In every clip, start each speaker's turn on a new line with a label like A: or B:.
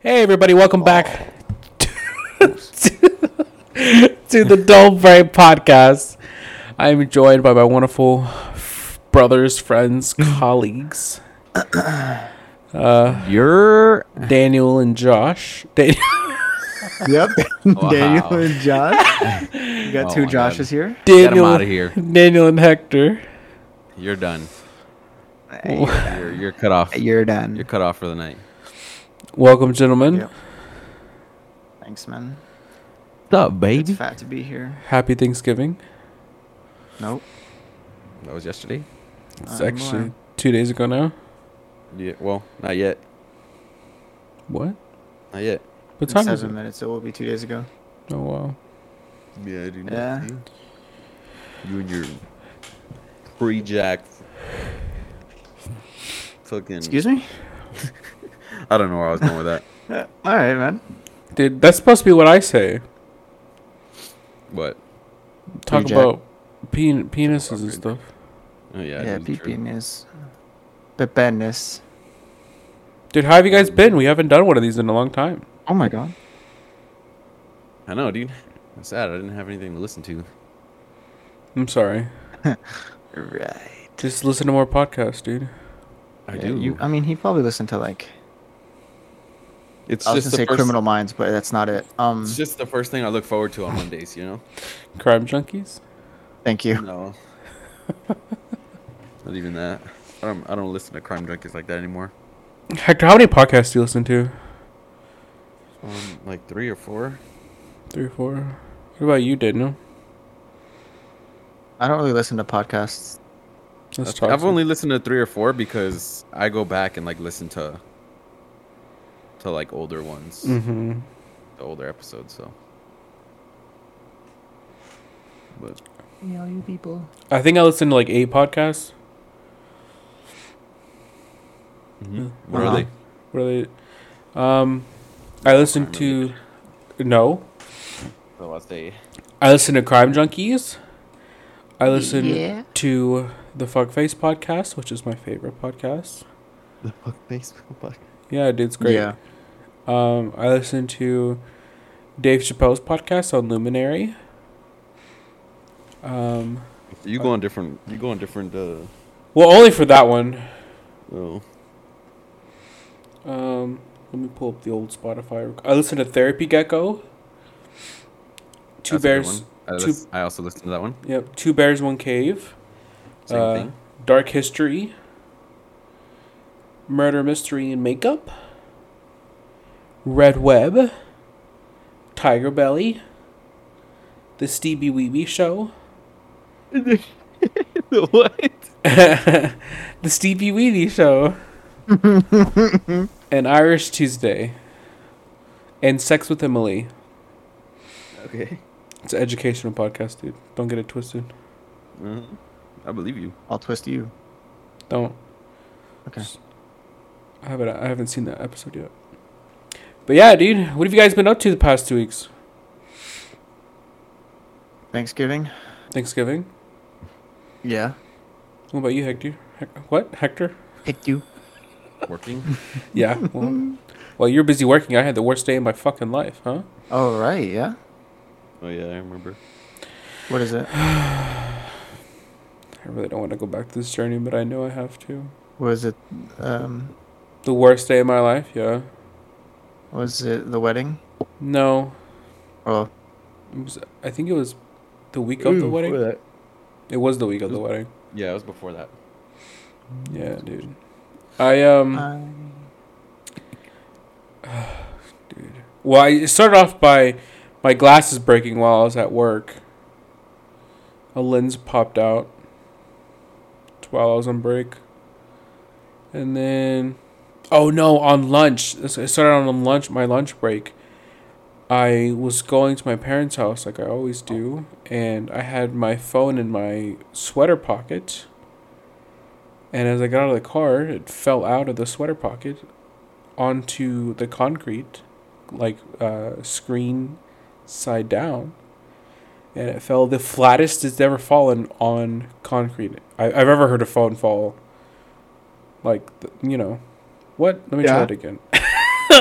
A: Hey everybody, welcome back to, to the Dull Brain Podcast. I am joined by my wonderful f- brothers, friends, colleagues,
B: You're
A: Daniel and Josh. Dan-
C: Yep.
B: Wow.
C: Daniel and Josh. We got
B: Oh
C: two
B: my God.
C: Joshes here.
B: Get 'em
A: Daniel,
B: outta here.
A: Daniel and Hector.
B: you're done.
C: Hey,
B: You're you're cut off.
C: You're done.
B: You're cut off for the night.
A: Welcome, gentlemen.
C: Yep. Thanks, man.
B: What's up,
C: It's
B: baby?
C: fat to be here.
A: Happy Thanksgiving.
C: Nope.
B: That was yesterday.
A: It's
C: I'm
A: actually
C: aware.
A: two days ago now.
B: Yeah. Well, not yet.
A: What?
B: Not yet.
A: What
C: In
A: time is
C: seven
A: it?
C: minutes. It will be two days ago.
A: Oh wow.
B: Yeah, I do
C: not Yeah. see.
B: You and your free jack. Fucking.
C: Excuse me.
B: I don't know where I was going with that.
C: Uh, all right, man.
A: Dude, that's supposed to be what I say.
B: What?
A: Talk
C: Jack.
A: about pen- penises and stuff.
B: Oh yeah.
C: yeah,
B: it was true.
C: peepiness, pepeness.
A: Dude, how have you guys been? We haven't done one of these in a long time.
C: Oh my god.
B: I know, dude. I'm sad. I didn't have anything to listen to.
A: I'm sorry.
C: Right.
A: Just listen to more podcasts, dude.
B: I
C: Yeah,
B: do.
C: You, um, I mean, he probably listened to like
B: it's
C: I was
B: just
C: gonna
B: the
C: say
B: first.
C: Criminal Minds, but that's not it. Um,
B: It's just the first thing I look forward to on Mondays. You know.
A: Crime Junkies?
C: thank you.
B: No. Not even that. I don't. I don't listen to crime junkies like that anymore.
A: Hector, how many podcasts do you listen to?
B: Um, like three or four.
A: Three or four. What about you, Daniel?
C: I don't really listen to podcasts.
A: That's
B: I've- I've
A: toxic.
B: only listened to three or four because I go back and like listen to to like older ones,
A: Mhm.
B: the older episodes. So. But
C: You know, you people.
A: I think I listened to like eight podcasts.
B: what are
C: Uh-huh.
B: they?
A: What are they? Um, I listened
B: Crime
A: to. No.
B: Oh, I say
A: I listened to Crime Junkies. I listened to the Fuckface podcast, which is my favorite podcast.
B: the fuck Facebook podcast.
A: Yeah, dude, it's great.
C: Yeah.
A: Um, I listened to Dave Chappelle's podcast on Luminary. Um,
B: You go on different. You go on different. Uh,
A: well, only for that one.
B: oh,
A: Um, let me pull up the old Spotify. rec- I listened to Therapy Gecko. Two
B: that's a good
A: bears.
B: one. I,
A: two-
B: lis- I also listened to that one.
A: Yep, two bears, one cave.
B: Same
A: Uh,
B: thing.
A: Dark history. Murder mystery and makeup. Red web. Tiger belly. The Stevie Weeby show.
B: the what?
A: the Stevie Weedy Show, and Irish Tuesday, and Sex with Emily.
B: Okay.
A: It's an educational podcast, dude. Don't get it twisted.
B: Uh, I believe you.
C: I'll twist you.
A: Don't.
C: Okay.
A: I haven't. I haven't seen that episode yet. But yeah, dude, what have you guys been up to the past two weeks?
C: Thanksgiving.
A: Thanksgiving.
C: Yeah.
A: What about you, Hector? Hec- what, Hector?
C: Picked you.
B: Working.
A: Yeah. Well, while you're busy working, I had the worst day of my fucking life, huh?
C: Oh right. Yeah.
B: oh yeah, I remember.
C: What is it?
A: I really don't want to go back to this journey, but I know I have to.
C: Was it um
A: The worst day of my life. Yeah.
C: was it the wedding?
A: No,
C: Well,
A: It was, I think it was the week of the wedding. It was the week of the wedding.
B: Yeah, it was before that.
A: Yeah, dude. I um well, I it started off by my glasses breaking while I was at work. A lens popped out while I was on break. And then oh no, on lunch. It started on lunch, my lunch break. I was going to my parents' house like I always do, and I had my phone in my sweater pocket. And as I got out of the car, it fell out of the sweater pocket onto the concrete, like uh, screen side down. And it fell the flattest it's ever fallen on concrete. I, I've ever heard a phone fall. Like, th- you know. What? Let me try
C: Yeah.
A: that again.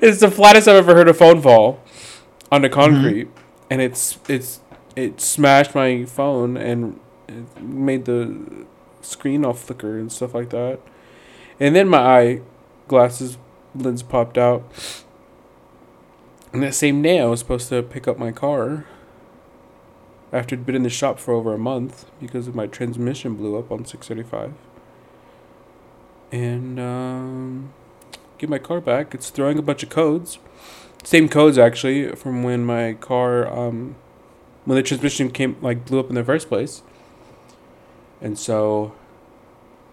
A: it's the flattest I've ever heard a phone fall onto concrete, and it's it's it smashed my phone and it made the screen all flicker and stuff like that. And then my eye glasses lens popped out. And that same day, I was supposed to pick up my car after it'd been in the shop for over a month because my transmission blew up on 635. And um, get my car back. It's throwing a bunch of codes. Same codes, actually, from when my car, um, when the transmission came, like, blew up in the first place. And so,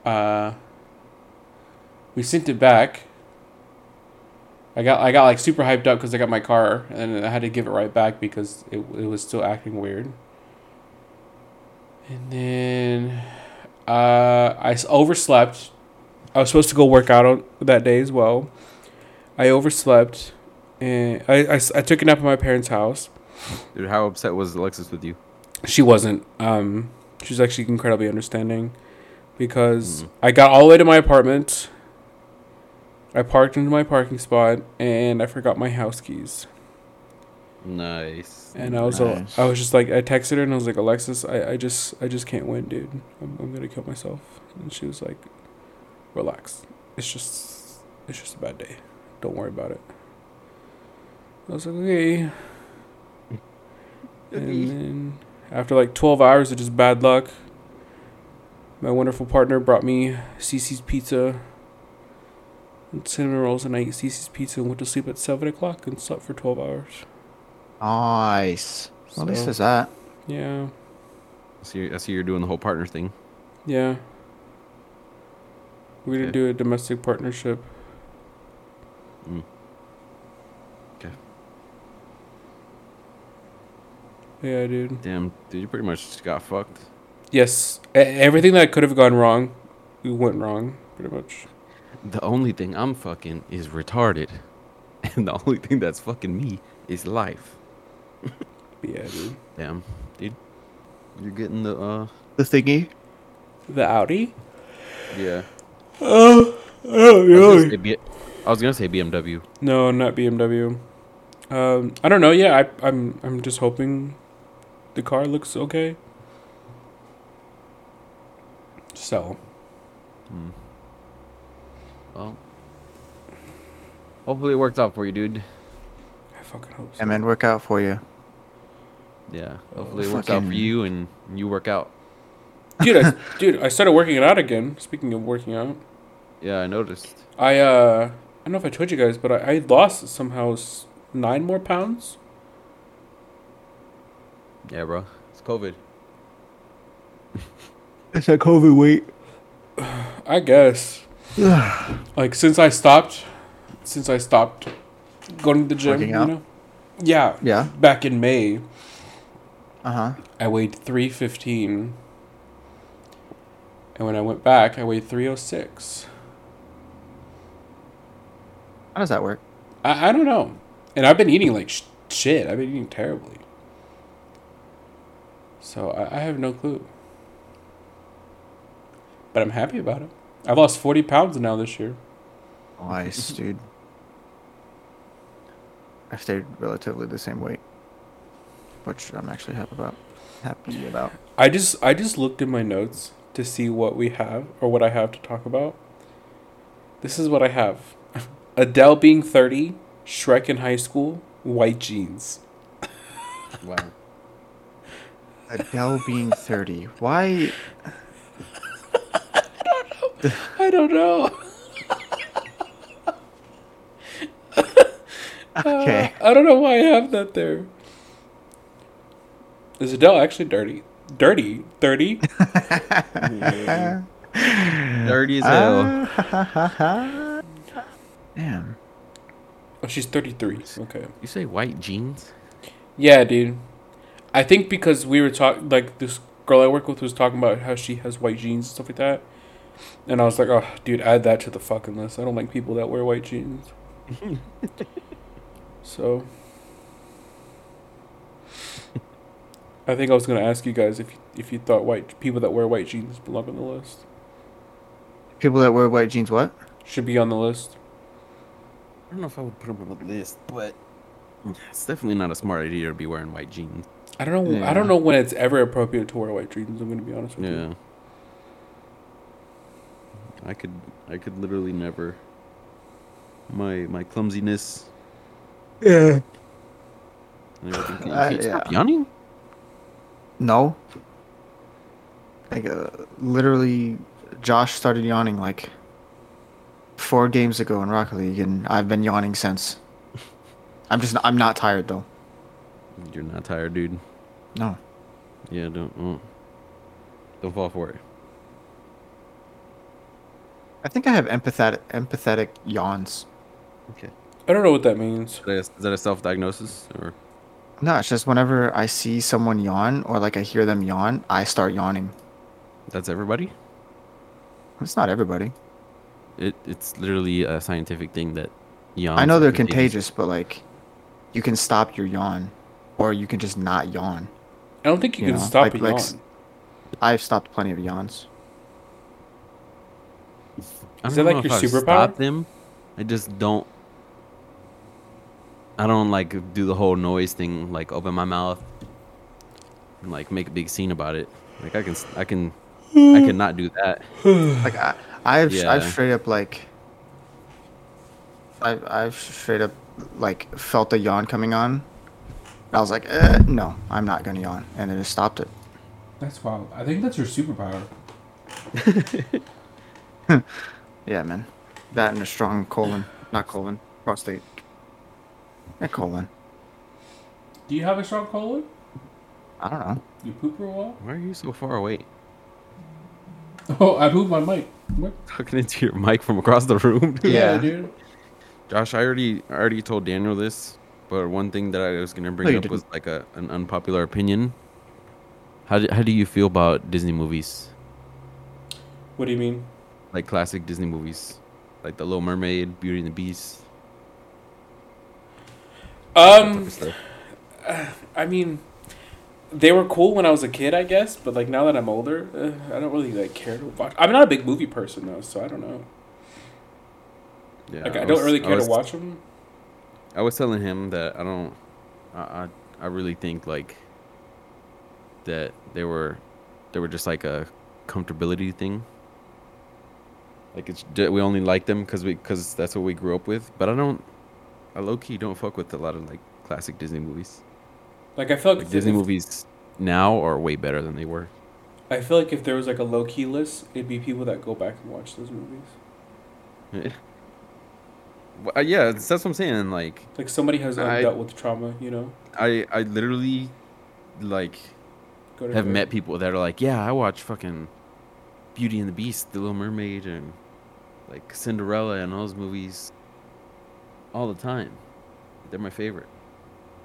A: uh, we sent it back. I got I got like super hyped up because I got my car and then I had to give it right back because it it was still acting weird. And then uh, I s- overslept. I was supposed to go work out on that day as well. I overslept, and I, I s- I took a nap at my parents' house.
B: Dude, how upset was Alexis with you?
A: She wasn't. Um, she was actually incredibly understanding because I got all the way to my apartment. I parked into my parking spot and I forgot my house keys.
B: Nice.
A: And uh, I was
C: Nice.
A: I was just like I texted her and I was like Alexis, I, I just I just can't win, dude. I'm I'm gonna kill myself. And she was like, relax. It's just it's just a bad day. Don't worry about it. I was like, okay. And then after like 12 hours of just bad luck, my wonderful partner brought me Cece's Pizza and cinnamon rolls, and I ate Cece's Pizza and went to sleep at 7 o'clock and slept for 12 hours.
C: Nice. Well, At least
A: So,
C: there's that.
A: yeah,
B: I see, I see you're doing the whole partner thing.
A: yeah. We're gonna
B: Okay.
A: do a domestic partnership.
B: Mm. Okay.
A: Yeah, dude.
B: Damn, dude, you pretty much just got fucked.
A: Yes, e- everything that could have gone wrong, went wrong, pretty much.
B: The only thing I'm fucking is retarded. And the only thing that's fucking me is life.
A: Yeah, dude.
B: Damn, dude. You're getting the, uh,
C: The thingy.
A: The Audi.
B: yeah.
A: Oh, oh,
B: I was, gonna say B- I was gonna say BMW.
A: No, not BMW. Um, I don't know. Yeah, I, I'm. I'm just hoping the car looks okay. So
B: Hmm. Well, hopefully it worked out for you, dude.
A: I fucking hope. So.
C: Yeah, man, work out for you.
B: Yeah,
A: Oh,
B: hopefully it works out for
C: fucking-
B: you and you work out.
A: dude, I, dude, I started working it out again. Speaking of working out,
B: Yeah, I noticed.
A: I uh, I don't know if I told you guys, but I, I lost somehow s- nine more pounds.
B: Yeah, bro. It's COVID.
C: It's that COVID weight.
A: I guess. like since I stopped, since I stopped going to the gym,
C: Working
A: you
C: out?
A: know. Yeah,
C: Yeah.
A: back in May.
C: Uh huh.
A: I weighed 315. And when I went back, I weighed 306.
C: How does that work?
A: I, I don't know. And I've been eating like sh- shit. I've been eating terribly. So I, I have no clue. But I'm happy about it. I've lost 40 pounds now this year.
C: Nice, dude. I stayed relatively the same weight, which I'm actually happy about. Happy about.
A: I just I just looked in my notes to see what we have or what I have to talk about. This is what I have. Adele being 30, Shrek in high school, white jeans.
B: Wow.
C: Adele being 30. Why?
A: I don't know.
C: Okay.
A: Uh, I don't know why I have that there. Is Adele actually dirty? Dirty? 30?
B: Dirty as hell.
C: Damn.
A: Oh, she's 33. Okay.
B: You say white jeans?
A: Yeah, dude. I think because we were talking, like, this girl I work with was talking about how she has white jeans and stuff like that. And I was like, oh, dude, add that to the fucking list. I don't like people that wear white jeans. so. I think I was gonna ask you guys if if you thought white people that wear white jeans belong on the list.
C: People that wear white jeans, what?
A: should be on the list.
B: I don't know if I would put them on a list, but it's definitely not a smart idea to be wearing white jeans.
A: I don't know. I
C: Yeah.
A: don't know when it's ever appropriate to wear white jeans. I'm gonna be honest with you.
B: Yeah. I could I could literally never my my clumsiness.
C: Yeah.
B: and everything. Can you-
C: Uh,
B: can you stop
C: yeah.
B: yawning?
C: No. Like, uh, literally, Josh started yawning like four games ago in Rocket League, and I've been yawning since. I'm just, I'm not tired though.
B: You're not tired, dude.
C: No.
B: Yeah, don't mm. don't fall for it.
C: I think I have empathetic, empathetic yawns.
B: Okay.
A: I don't know what that means.
B: Is that a, is that a self-diagnosis or?
C: No, it's just whenever I see someone yawn or like I hear them yawn, I start yawning.
B: That's everybody.
C: It's not everybody.
B: It it's literally a scientific thing that yawns.
C: I know
B: are
C: they're contagious, but like, you can stop your yawn, or you can just not yawn.
A: I don't think you,
C: You
A: can
C: know,
A: stop
C: like-
A: a
C: like
A: yawn.
C: s- I've stopped plenty of yawns.
B: I
A: Is
B: don't
A: that
B: know
A: like
B: if
A: your
B: I've
A: superpower?
B: stopped them. I just don't. I don't like do the whole noise thing, like open my mouth and like make a big scene about it. Like I can, s- I can, I can not do that.
C: Like I, I've I've
B: Yeah.
C: straight up like. I've I've straight up like felt the yawn coming on. I was like, eh, no, I'm not gonna yawn, and I just stopped it.
A: That's wild. I think that's your superpower.
C: Yeah, man. That and a strong colon, not colon, prostate. Yeah, colon.
A: Do you have a strong colon?
C: I don't know.
A: You poop real well?
B: Why are you so far away?
A: Oh, I moved my mic. What?
B: Talking into your mic from across the room. dude.
C: Yeah.
A: dude.
B: Josh, I already, I already told Daniel this, but one thing that I was gonna bring
C: you
B: up
C: didn't.
B: was like a an unpopular opinion. How do, how do you feel about Disney movies?
A: What do you mean?
B: like classic Disney movies, like The Little Mermaid, Beauty and the Beast. that type
A: Um,
B: of stuff.
A: I mean, they were cool when I was a kid, I guess, but like now that I'm older, uh, I don't really like care to watch. I'm not a big movie person though, so I don't know.
B: yeah,
A: Like I don't
B: was-
A: really care
B: was,
A: to watch them.
B: I was telling him that I don't. I, I I really think like that they were they were just like a comfortability thing. Like it's ju- we only like them because we because that's what we grew up with. But I don't. I low key don't fuck with a lot of like classic Disney movies.
A: Like I feel like,
B: Like
A: if-
B: Disney
A: if-
B: movies now are way better than they were.
A: I feel like if there was like a low key list, it'd be people that go back and watch those movies.
B: Well, uh, yeah, that's what I'm saying. Like
A: Like somebody has like,
B: I-
A: dealt with trauma, you know.
B: I I literally like
A: Go to
B: have
A: therapy.
B: met people that are like, yeah, I watch fucking Beauty and the Beast, The Little Mermaid, and like Cinderella and all those movies all the time. They're my favorite.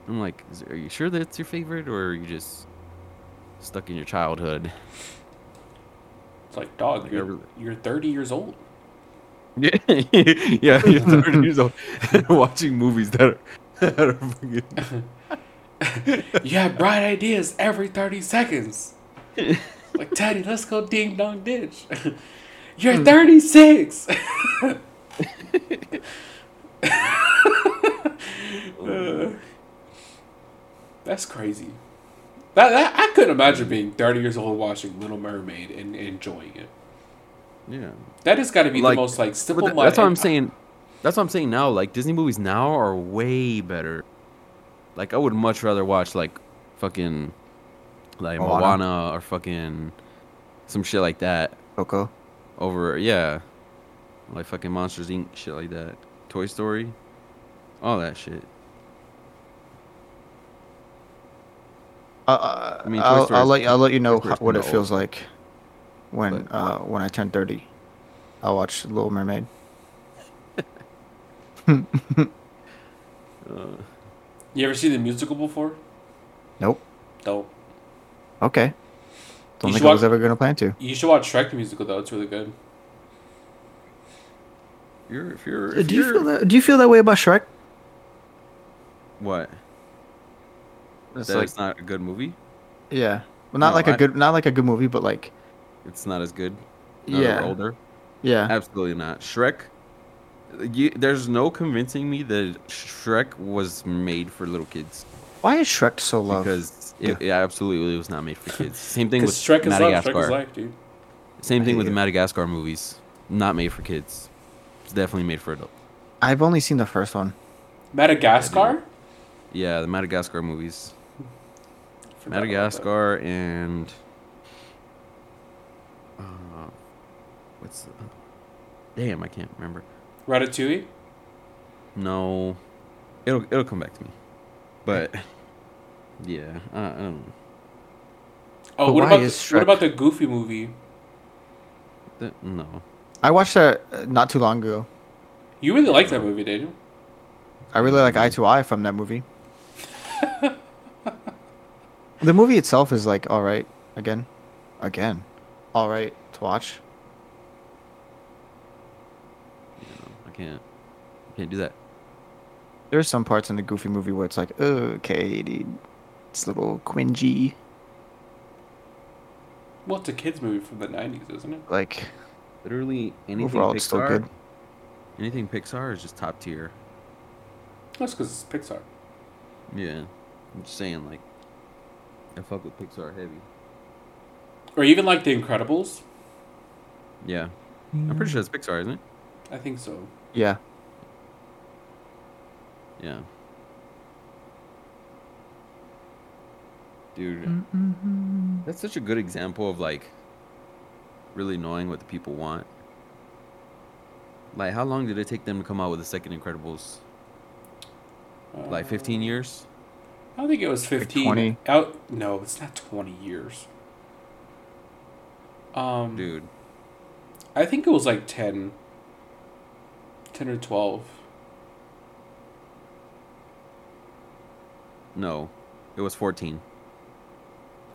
B: I'm like, is, are you sure that's your favorite, or are you just stuck in your childhood?
A: It's like, dog,
B: Like, I
A: you're,
B: really-
A: you're 30 years old.
B: Yeah, yeah, you're 30 years old watching movies that are. That are fucking...
A: You have bright ideas every 30 seconds. Like, Teddy, let's go ding dong ditch.
B: Hmm.
A: You're 36. Uh, that's crazy. That, that I couldn't imagine being 30 years old watching Little Mermaid and, and enjoying it.
B: Yeah,
A: That has got to be
B: Like,
A: the most like
B: But
A: simple.
B: tha- that's what I'm saying. That's what I'm saying now. Like Disney movies now are way better. Like I would much rather watch like fucking like
C: Moana.
B: Moana, or fucking some shit like that
C: Coco.
B: over yeah, like fucking Monsters Inc. shit like that, Toy Story, all that shit.
C: Uh,
B: I mean, Toy
C: I'll,
B: Story
C: I'll
B: is-
C: let you, I'll let you know
B: Toy Story's
C: ho- what it
B: kinda
C: feels like when
B: but-
C: uh, when I turn thirty. I'll watch Little Mermaid.
B: Uh,
A: You ever seen the musical before?
C: Nope.
A: Dope.
C: Okay. Don't
A: You
C: think
A: should
C: I was
A: watch-
C: ever gonna plan to.
A: You should watch Shrek the musical though. It's really good.
B: you're if you're
C: Uh, Do
B: if
C: you
B: you're-
C: feel that? Do you feel that way about Shrek?
B: what
C: It's
B: that's
C: like
B: not a good movie.
C: yeah, well, not
B: No,
C: like a
B: I-
C: good, not like a good movie, but like
B: It's not as good. Now that we're
C: Yeah.
B: older.
C: yeah,
B: Absolutely not. Shrek You, there's no convincing me that Shrek was made for little kids
C: Why is Shrek so low?
B: because it, it absolutely was not made for kids. Same thing with
A: Because Shrek is life.
B: Madagascar.
A: Shrek is life, dude.
B: Same thing
C: I
B: with the
C: hear.
B: Madagascar movies. Not made for kids. It's definitely made for adults.
C: I've only seen the first one.
A: Madagascar?
B: Yeah, the Madagascar movies.
A: Forgot about that.
B: Madagascar and uh, what's the, damn I can't remember.
A: Ratatouille?
B: No, it'll it'll come back to me. But yeah, I, I don't. know.
A: Oh,
C: But
A: what
C: why
A: about, the,
C: is
A: what
C: Shrek-
A: about the Goofy movie?
B: That- no,
C: I watched that uh, not too long ago.
A: You really liked that movie, didn't you?
C: I really like Eye to Eye from that movie. the movie itself is like all right again, again, all right to watch.
B: I can't. I can't do that.
C: There's some parts in the Goofy movie where it's like okay, dude, it's a little cringy.
A: Well, it's a kids movie from the '90s, isn't it?
C: Like
B: Literally anything
C: overall,
B: Pixar.
C: it's still good.
B: Anything Pixar is just top tier.
A: That's because it's Pixar.
B: Yeah, I'm just saying like. I fuck with Pixar heavy.
A: Or even like The Incredibles.
B: Yeah, I'm pretty sure it's Pixar, isn't it?
A: I think so.
C: Yeah,
B: Yeah. Dude,
A: Mm-hmm.
B: that's such a good example of like really knowing what the people want. Like, how long did it take them to come out with the second Incredibles?
A: Uh,
B: Like 15 years?
A: I don't think it was 15.
C: 20.
A: Out? No, it's not 20 years. Um,
B: Dude,
A: I think it was like 10. 10 or 12.
B: no. It was 14.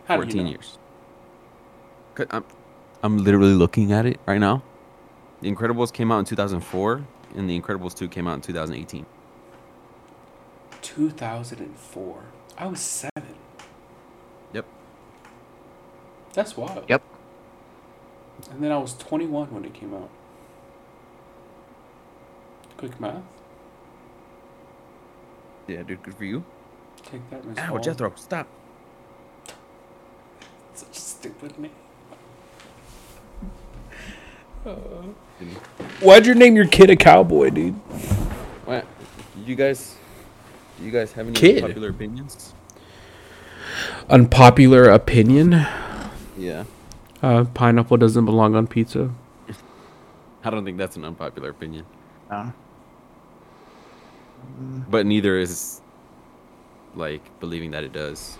A: How do you
B: 14
A: know?
B: years. 'Cause I'm, I'm literally looking at it right now. The Incredibles came out in 2004, and The Incredibles 2 came out in 2018.
A: 2004. I was seven.
B: Yep.
A: That's wild.
C: Yep.
A: And then I was 21 when it came out. Quick math.
B: Yeah, dude, good for you.
A: Take that, Miss
B: Ow,
A: Hall.
B: Jethro, stop.
A: Such a stupid name. Why'd you name your kid a cowboy, dude?
B: What? You guys, do you guys have any
A: Kid.
B: popular opinions?
A: Unpopular opinion:
B: Yeah,
A: uh, Pineapple doesn't belong on pizza.
B: I don't think that's an unpopular opinion,
C: Uh,
B: but neither is like believing that it does.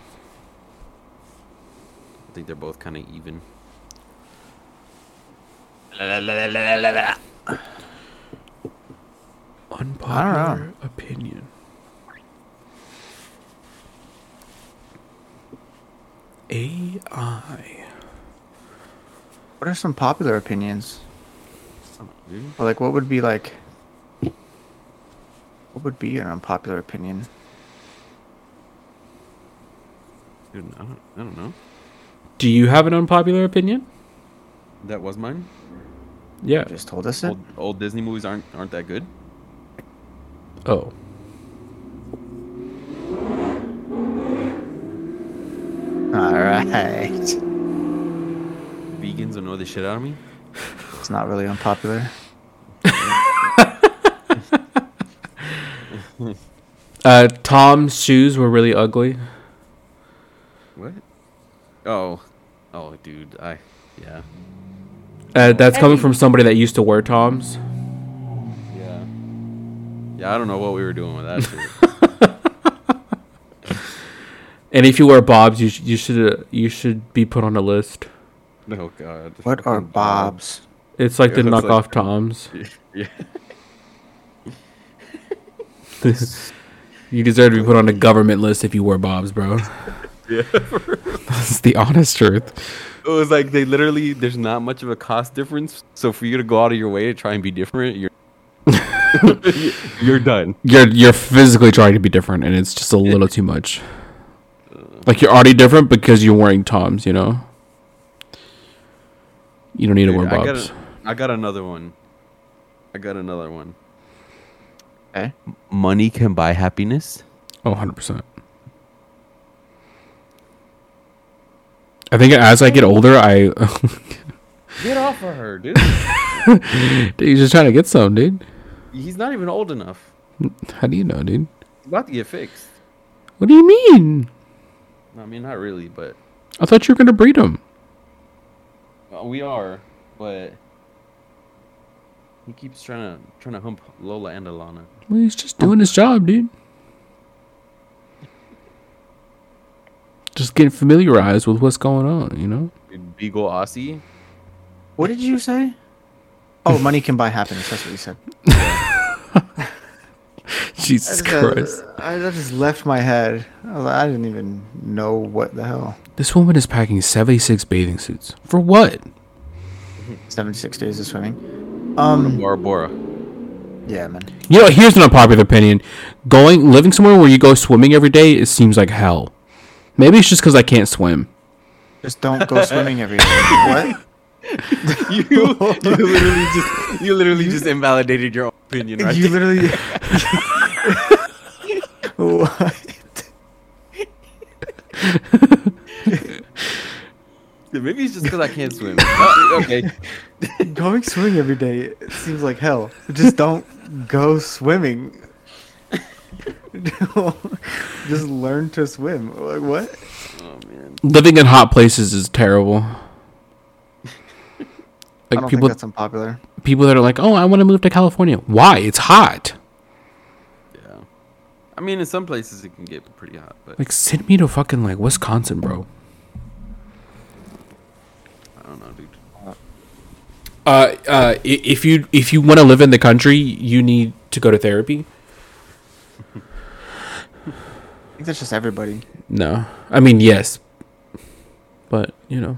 B: I think they're both kind of even.
A: Unpopular opinion. uh, AI.
C: what are some popular opinions?
B: Oh, Dude,
C: Or like, what would be like? What would be an unpopular opinion?
B: dude, I don't, I don't know.
A: Do you have an unpopular opinion?
B: That was mine.
A: Yeah.
C: You just told us it.
B: Old, old Disney movies aren't aren't that good.
A: Oh.
C: All right.
B: Vegans annoy the shit out of me.
C: It's not really unpopular.
A: Uh, Tom's shoes were really ugly.
B: What? Oh, oh, dude, I, yeah,
A: Uh, that's coming from somebody that used to wear Tom's.
B: yeah, yeah. I don't know what we were doing with that shit.
A: And if you wear Bob's, you sh- you should uh, you should be put on a list.
B: Oh God.
C: What are
B: Fucking Bob.
C: Bob's?
A: It's like the
B: Yeah, it's like-
A: knockoff Tom's.
B: Yeah.
A: You deserve to be put on a government list if you wear Bob's, bro.
B: Yeah.
A: That's the honest truth.
B: It was like they literally there's not much of a cost difference. So for you to go out of your way to try and be different, you're you're done.
A: You're you're physically trying to be different, and it's just a little too much. Like you're already different because you're wearing Tom's. You know. You don't need to wear
B: I got
A: Bob's.
B: a, I got another one. I got another one.
C: Okay.
B: money can buy happiness.
D: Oh, 100%. I think as I get older, I.
B: Get off of her, dude.
D: dude, you're just trying to get some, dude.
B: He's not even old enough.
D: How do you know, dude?
B: He's about to get fixed.
D: What do you mean?
B: I mean, not really, but
D: I thought you were going to breed him.
B: uh, we are. But he keeps trying to trying to hump Lola and Alana.
D: Well, he's just doing his job, dude. Just getting familiarized with what's going on, you know?
B: Dude, Beagle Aussie.
C: What did you say? Oh, money can buy happiness. That's what you said.
D: Jesus Christ.
C: I, that just left my head. I, was like, I didn't even know what the hell.
D: This woman is packing 76 bathing suits. For what?
C: 76 days of swimming. Um.
B: Bora Bora.
C: Yeah, man.
D: You know, here's an unpopular opinion. Going, living somewhere where you go swimming every day, it seems like hell. Maybe it's just because I can't swim.
C: Just don't go swimming every day. What?
B: you, you literally just you literally just invalidated your own opinion, right?
C: You literally. what?
B: there. Maybe it's just because I can't swim. Uh, okay.
C: Going swimming every day it seems like hell. Just don't go swimming. Just learn to swim. Like what?
B: Oh man.
D: Living in hot places is terrible.
C: I
D: Like
C: don't
D: people,
C: think that's unpopular.
D: people that are like, "Oh, I want to move to California." Why? It's hot.
B: Yeah. I mean, in some places it can get pretty hot, but
D: Like, send me to fucking like Wisconsin, bro.
B: I don't know, dude.
D: Uh, uh, i- if you if you want to live in the country, you need to go to therapy.
C: I think that's just everybody.
D: No, I mean yes, but you know,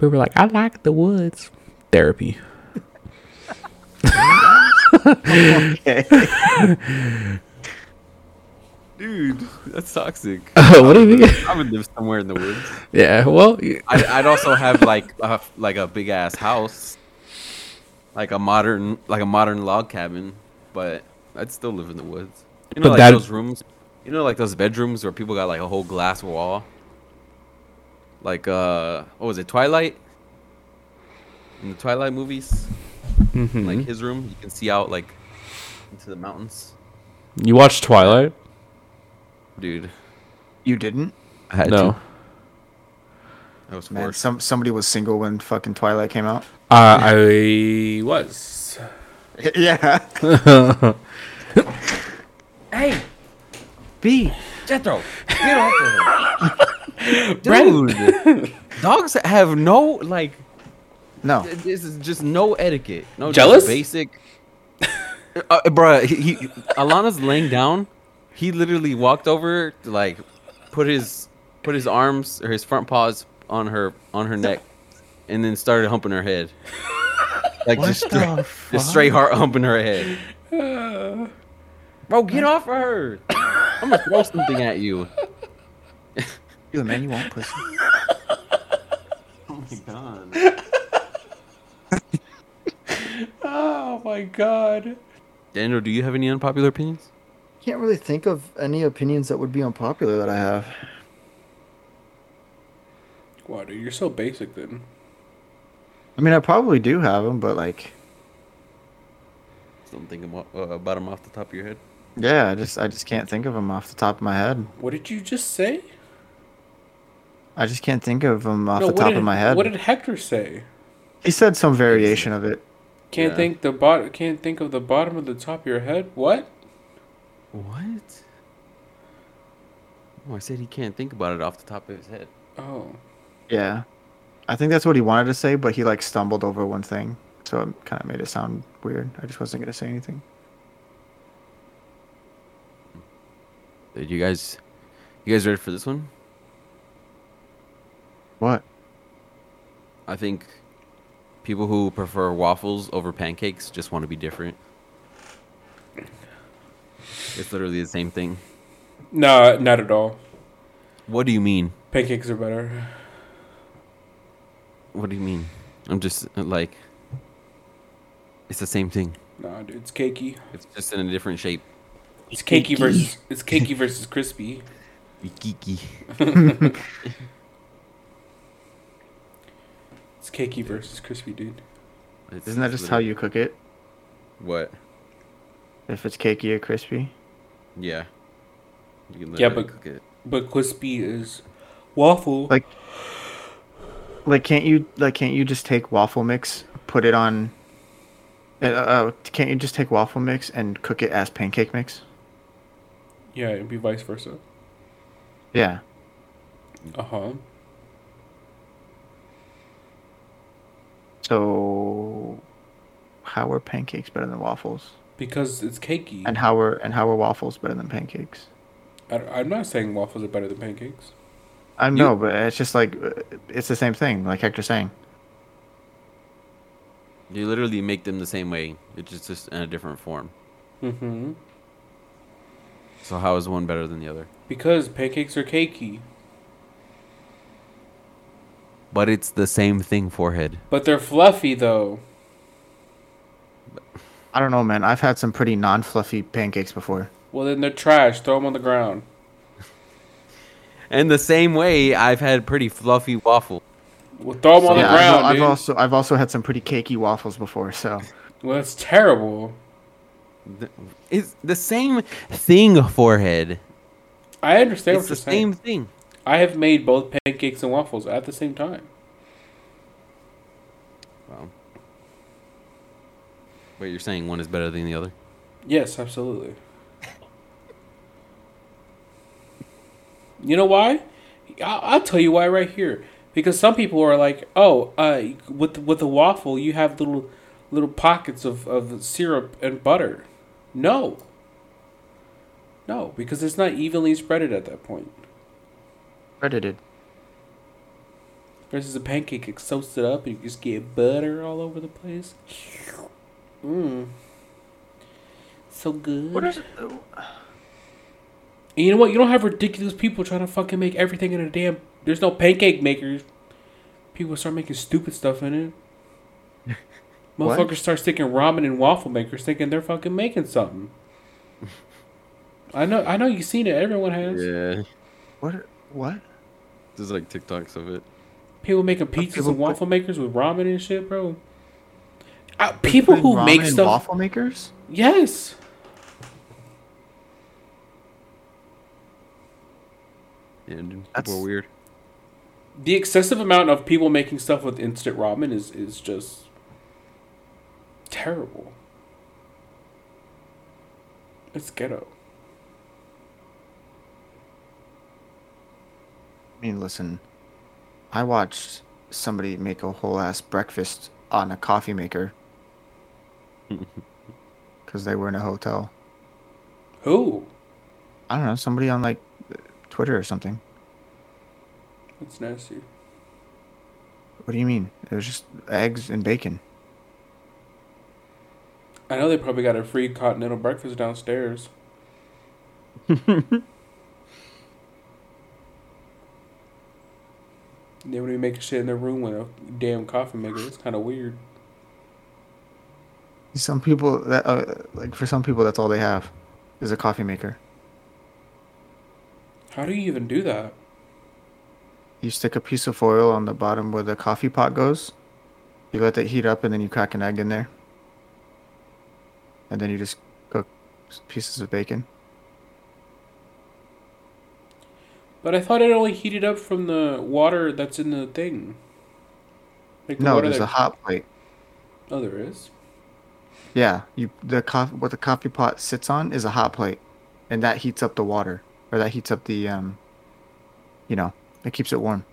D: we were like, I like the woods. Therapy.
C: Okay.
B: Dude, that's toxic.
D: what do you mean?
B: I would live somewhere in the woods.
D: Yeah. Well, y-
B: I'd, I'd also have like a, like a big ass house, like a modern like a modern log cabin, but I'd still live in the woods. You know,
D: But
B: like
D: that-
B: those rooms. You know, like those bedrooms where people got like a whole glass wall. Like uh, what was it, Twilight? In the Twilight movies,
D: mhm.
B: like his room, you can see out like into the mountains,
D: you watch Twilight?
B: dude.
C: you didn't?
B: I had
D: No.
B: to. That was
C: Man,
B: forced.
C: some somebody was single when fucking Twilight came out.
D: Uh, I was.
C: yeah.
B: Hey,
C: B.
B: Jethro, get off of her. Dude, dogs have no like.
C: No.
B: th- This is just no etiquette. No just
D: Jealous?
B: basic. Uh, bruh, he, he Alana's laying down. He literally walked over, to, like, put his put his arms or his front paws on her on her neck, and then started humping her head. Like
C: What
B: just
C: the
B: straight, just straight heart humping her head. Bro, get off of her! I'm gonna throw something at you.
C: You the man you want, pussy.
B: Oh my god.
D: Oh my god.
B: Daniel, do you have any unpopular opinions?
C: Can't really think of any opinions that would be unpopular that I have.
D: Wow, dude, you're so basic then.
C: I mean, I probably do have them, but like,
B: Something amo- uh, about them off the top of your head.
C: yeah, I just I just can't think of them off the top of my head.
D: What did you just say?
C: I just can't think of them off the
D: what
C: top
D: did,
C: of my head.
D: What did Hector say?
C: he said some variation of it.
D: Can't
B: Yeah.
D: think the bot. Can't think of the bottom of the top of your head. What?
B: What? Oh, I said he can't think about it off the top of his head.
D: Oh,
C: Yeah, I think that's what he wanted to say, but he like stumbled over one thing, so it kind of made it sound weird. I just wasn't gonna say anything.
B: Dude, you guys, you guys ready for this one?
C: What?
B: I think people who prefer waffles over pancakes just want to be different. It's literally the same thing.
D: no, not at all.
B: What do you mean?
D: Pancakes are better.
B: What do you mean? I'm just uh, like, it's the same thing.
A: Nah, dude, it's cakey.
B: It's just in a different shape.
A: It's cakey versus it's cakey versus crispy.
B: Geeky.
A: It's cakey versus crispy, dude.
B: It's-
C: Isn't that
B: it's
C: just how
B: literally-
C: you cook it?
B: What?
C: If it's cakey or crispy?
B: Yeah. You can
A: Yeah,
B: literally
A: but-
B: cook it.
A: But crispy is waffle.
C: Like- Like, can't you like can't you just take waffle mix, put it on? Uh, uh, can't you just take waffle mix and cook it as pancake mix?
A: yeah, it'd be vice versa.
C: Yeah.
A: Uh huh.
C: So, how are pancakes better than waffles?
A: Because it's cakey.
C: And how are and how are waffles better than pancakes?
A: I, I'm not saying waffles are better than pancakes.
C: I
B: You-
C: know, but it's just like uh, it's the same thing. Like Hector's saying,
B: You literally make them the same way. It's just, just in a different form.
A: Mm-hmm.
B: So how is one better than the other?
A: Because pancakes are cakey,
B: But it's the same thing, forehead.
A: but they're fluffy though.
C: I don't know, man. I've had some pretty non-fluffy pancakes before.
A: Well, then they're trash. Throw them on the ground.
B: And the same way, I've had pretty fluffy waffle.
A: Well, throw them on
C: yeah,
A: the ground,
C: I've, I've
A: dude.
C: also I've also had some pretty cakey waffles before. So
A: Well, that's terrible.
B: It's the same thing, forehead.
A: I understand
B: It's
A: what you're
B: the
A: saying.
B: same thing.
A: I have made both pancakes and waffles at the same time.
B: Wow. But you're saying one is better than the other?
A: Yes, absolutely. you know why? I'll, I'll tell you why right here. Because some people are like, "Oh, uh, with with a waffle, you have little little pockets of, of syrup and butter." No. No, because it's not evenly spreaded at that point.
C: credited.
A: Versus a pancake, it's toasted up and you just get butter all over the place. Mmm. So good.
C: What is?
A: And you know what? You don't have ridiculous people trying to fucking make everything in a damn. There's no pancake makers. People start making stupid stuff in it.
C: What?
A: Motherfuckers start sticking ramen and waffle makers, thinking they're fucking making something. I know, I know, you've seen it. Everyone has
B: Yeah.
C: What? What?
B: There's like TikToks of it.
A: people making pizzas
C: people
A: and
C: put-
A: waffle makers with ramen and shit, bro. Uh, people
C: Putting
A: who
C: ramen
A: make
C: in
A: stuff,
C: Waffle makers.
A: yes.
B: Yeah, dude.
C: That's-
B: People are weird.
A: The excessive amount of people making stuff with instant ramen is is just terrible. It's ghetto.
C: I mean, listen, I watched somebody make a whole ass breakfast on a coffee maker because they were in a hotel.
A: Who?
C: I don't know, somebody on like Twitter or something.
A: That's nasty.
C: What do you mean? It was just eggs and bacon.
A: I know they probably got a free continental breakfast downstairs. they would be making shit in their room with a damn coffee maker. It's kind of weird.
C: Some people that uh, like for some people that's all they have is a coffee maker.
A: How do you even do that?
C: You stick a piece of foil on the bottom where the coffee pot goes. You let that heat up and then you crack an egg in there. And then you just cook pieces of bacon.
A: But I thought it only heated up from the water that's in the thing. Like
C: No,
A: water
C: there's
A: that-
C: a hot plate.
A: Oh, there is.
C: Yeah, you the coffee what the coffee pot sits on is a hot plate, and that heats up the water, or that heats up the um, you know, it keeps it warm.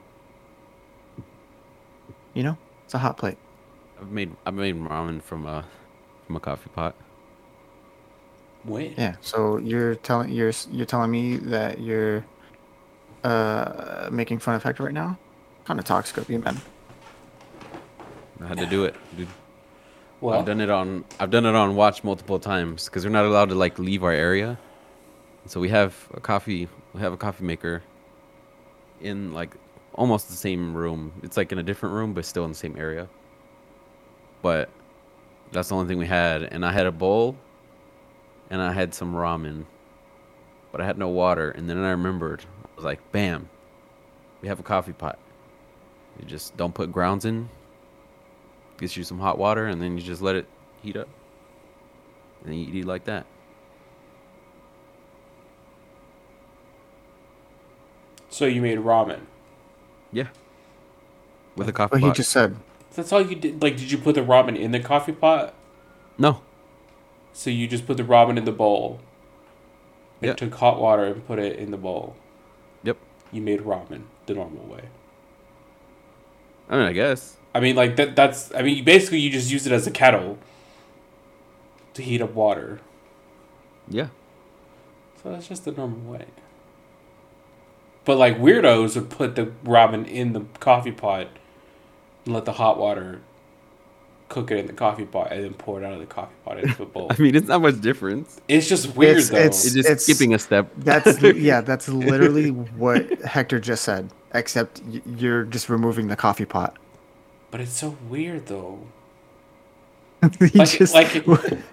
C: You know, it's a hot plate.
B: I've made I've made ramen from a from a coffee pot.
A: Wait.
C: Yeah. So you're telling you're s- you're telling me that you're uh making fun of Hector right now? Kind of toxic of you, man.
B: I had to do it, dude.
A: Well,
B: I've done it on I've done it on watch multiple times because we're not allowed to like leave our area. So we have a coffee we have a coffee maker in like almost the same room. It's like in a different room but still in the same area. But That's the only thing we had, and I had a bowl, and I had some ramen, but I had no water. And then I remembered, I was like, "Bam, we have a coffee pot. You just don't put grounds in. Gets you some hot water, and then you just let it heat up, and then you eat it like that."
A: So you made ramen.
B: Yeah. With a coffee
C: But he
B: pot.
C: just said,
A: That's all you did. Like, did you put the ramen in the coffee pot?
B: no.
A: So you just put the ramen in the bowl. It
B: Yep.
A: took hot water and put it in the bowl.
B: Yep.
A: You made ramen the normal way.
B: I mean, I guess.
A: I mean, like that. That's. I mean, basically, you just use it as a kettle to heat up water.
B: Yeah.
A: So that's just the normal way. But like weirdos would put the ramen in the coffee pot and let the hot water cook it in the coffee pot and then pour it out of the coffee pot into a bowl.
B: I mean, it's not much difference.
A: it's just weird
C: It's-
A: though.
B: It's
C: it's-
B: just skipping a step.
C: "That's yeah, that's literally what Hector just said. Except y- you're just removing the coffee pot.
A: but it's so weird though.
C: He
A: Like
C: just-
A: like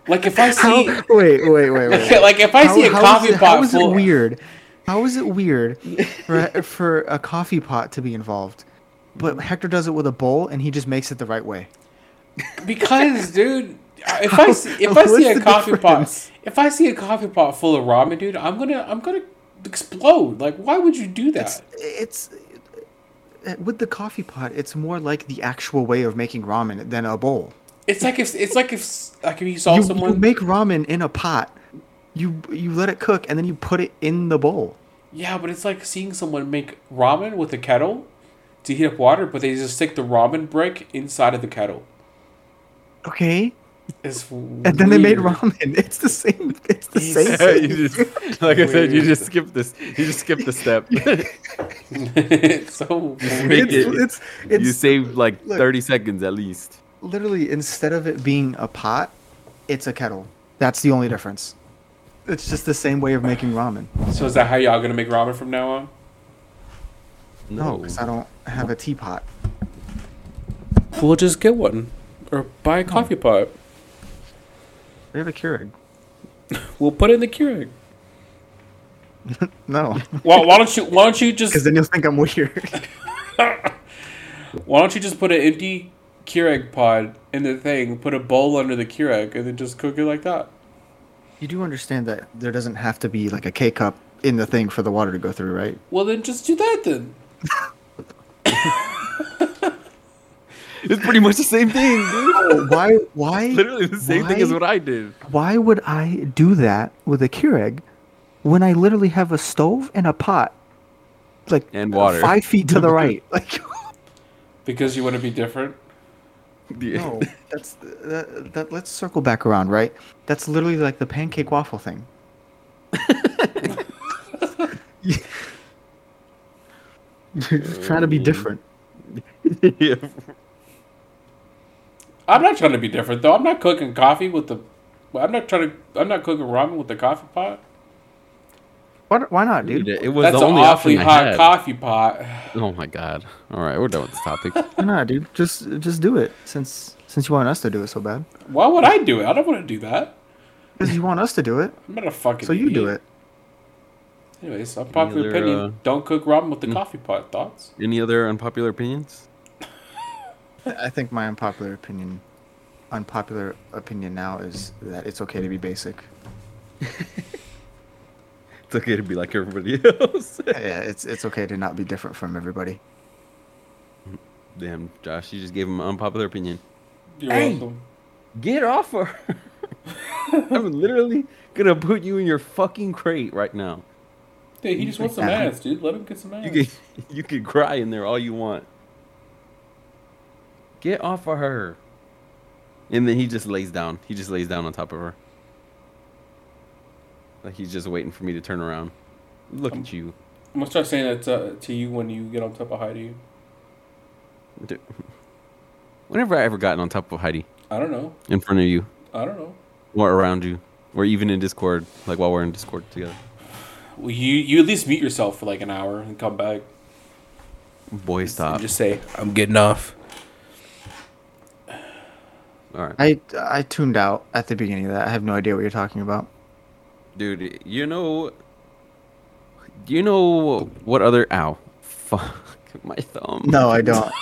A: like if I
C: how,
A: see
C: wait, wait, wait, wait.
A: like if I see a
C: How- how is
A: coffee
C: it-
A: pot
C: How is
A: full
C: it weird? How is it weird for, for a coffee pot to be involved? But Hector does it with a bowl, and he just makes it the right way.
A: because dude if I see if I
C: What's
A: see a
C: the
A: coffee
C: difference?
A: pot if I see a coffee pot full of ramen dude I'm gonna I'm gonna explode like why would you do that
C: It's it's with the coffee pot. It's more like the actual way of making ramen than a bowl.
A: It's like if it's like if like if you saw
C: you, you
A: someone.
C: make ramen in a pot. You you let it cook, and then you put it in the bowl.
A: yeah, but it's like seeing someone make ramen with a kettle to heat up water, but they just stick the ramen brick inside of the kettle.
C: Okay,
A: It's
C: and then they made ramen. It's the same. It's the same.
A: It's-
C: thing.
B: you just, like I said, you
A: Weird.
B: just skip this. You just skip the step.
A: it's so
B: make
A: weird.
C: It's,
B: it.
C: it's, it's
B: you saved like
C: look.
B: 30 seconds at least.
C: literally instead of it being a pot, it's a kettle. That's the only difference. It's just the same way of making ramen.
A: So is that how y'all gonna make ramen from now on?
B: No.
C: because I don't have a teapot.
A: We'll just get one, or buy a coffee pot.
C: They have a Keurig.
A: We'll put it in the Keurig.
C: No,
A: Why, why don't you? Why don't you
C: because
A: just?
C: then you'll think I'm weird.
A: Why don't you just put an empty Keurig pod in the thing, put a bowl under the Keurig, and then just cook it like that?
C: you do understand that there doesn't have to be like a K cup in the thing for the water to go through, right?
A: Well, then just do that then.
B: It's pretty much the same thing, dude.
C: Oh, why? Why?
B: Literally the same thing as
C: Why?
B: what I did.
C: Why would I do that with a Keurig when I literally have a stove and a pot, like
B: And water.
C: five feet to the right? Like.
A: Because you want to be different.
B: Yeah.
C: No, that's that, that. Let's circle back around, right? That's literally like the pancake waffle thing. You're just trying to be different.
B: Yeah.
A: I'm not trying to be different though. I'm not cooking coffee with the. well, I'm not trying to. I'm not cooking ramen with the coffee pot.
C: Why, why not,
B: Dude,
C: dude?
B: it was
A: That's
B: the
A: an
B: only
A: awfully
B: option I
A: hot
B: had.
A: coffee pot.
B: Oh my god. All right, we're done with this topic.
C: Why not, dude? Just just do it since since you want us to do it so bad.
A: Why would I do it? I don't want to do that.
C: Because you want us to do it,
A: I'm not a fucking.
C: so you do
A: idiot.
C: it.
A: Anyways, unpopular
B: Neither,
A: opinion:
B: uh,
A: don't cook ramen with the coffee pot. Thoughts?
B: Any other unpopular opinions?
C: I think my unpopular opinion, unpopular opinion now is that it's okay to be basic.
B: It's okay to be like everybody else.
C: Yeah, it's it's okay to not be different from everybody.
B: Damn, Josh, you just gave him an unpopular opinion.
A: You're
B: Hey.
A: welcome.
B: Get off her. I'm literally gonna put you in your fucking crate right now.
A: Yeah, he just wants some
C: Yeah.
A: ass, dude. Let him get some ass.
B: You can you can cry in there all you want. Get off of her. And then he just lays down. He just lays down on top of her. Like he's just waiting for me to turn around. Look at you.
A: I'm gonna start saying that uh, to, to you when you get on top of Heidi.
B: Dude. Whenever I ever gotten on top of Heidi,
A: I don't know.
B: in front of you,
A: I don't know.
B: or around you, or even in Discord, like while we're in Discord together.
A: Well, you you at least mute yourself for like an hour and come back.
B: Boy,
A: and
B: stop.
A: just say I'm getting off.
B: All right,
C: I I tuned out at the beginning of that. I have no idea what you're talking about.
B: dude. You know. You know what other? Ow, fuck my thumb.
C: No, I don't.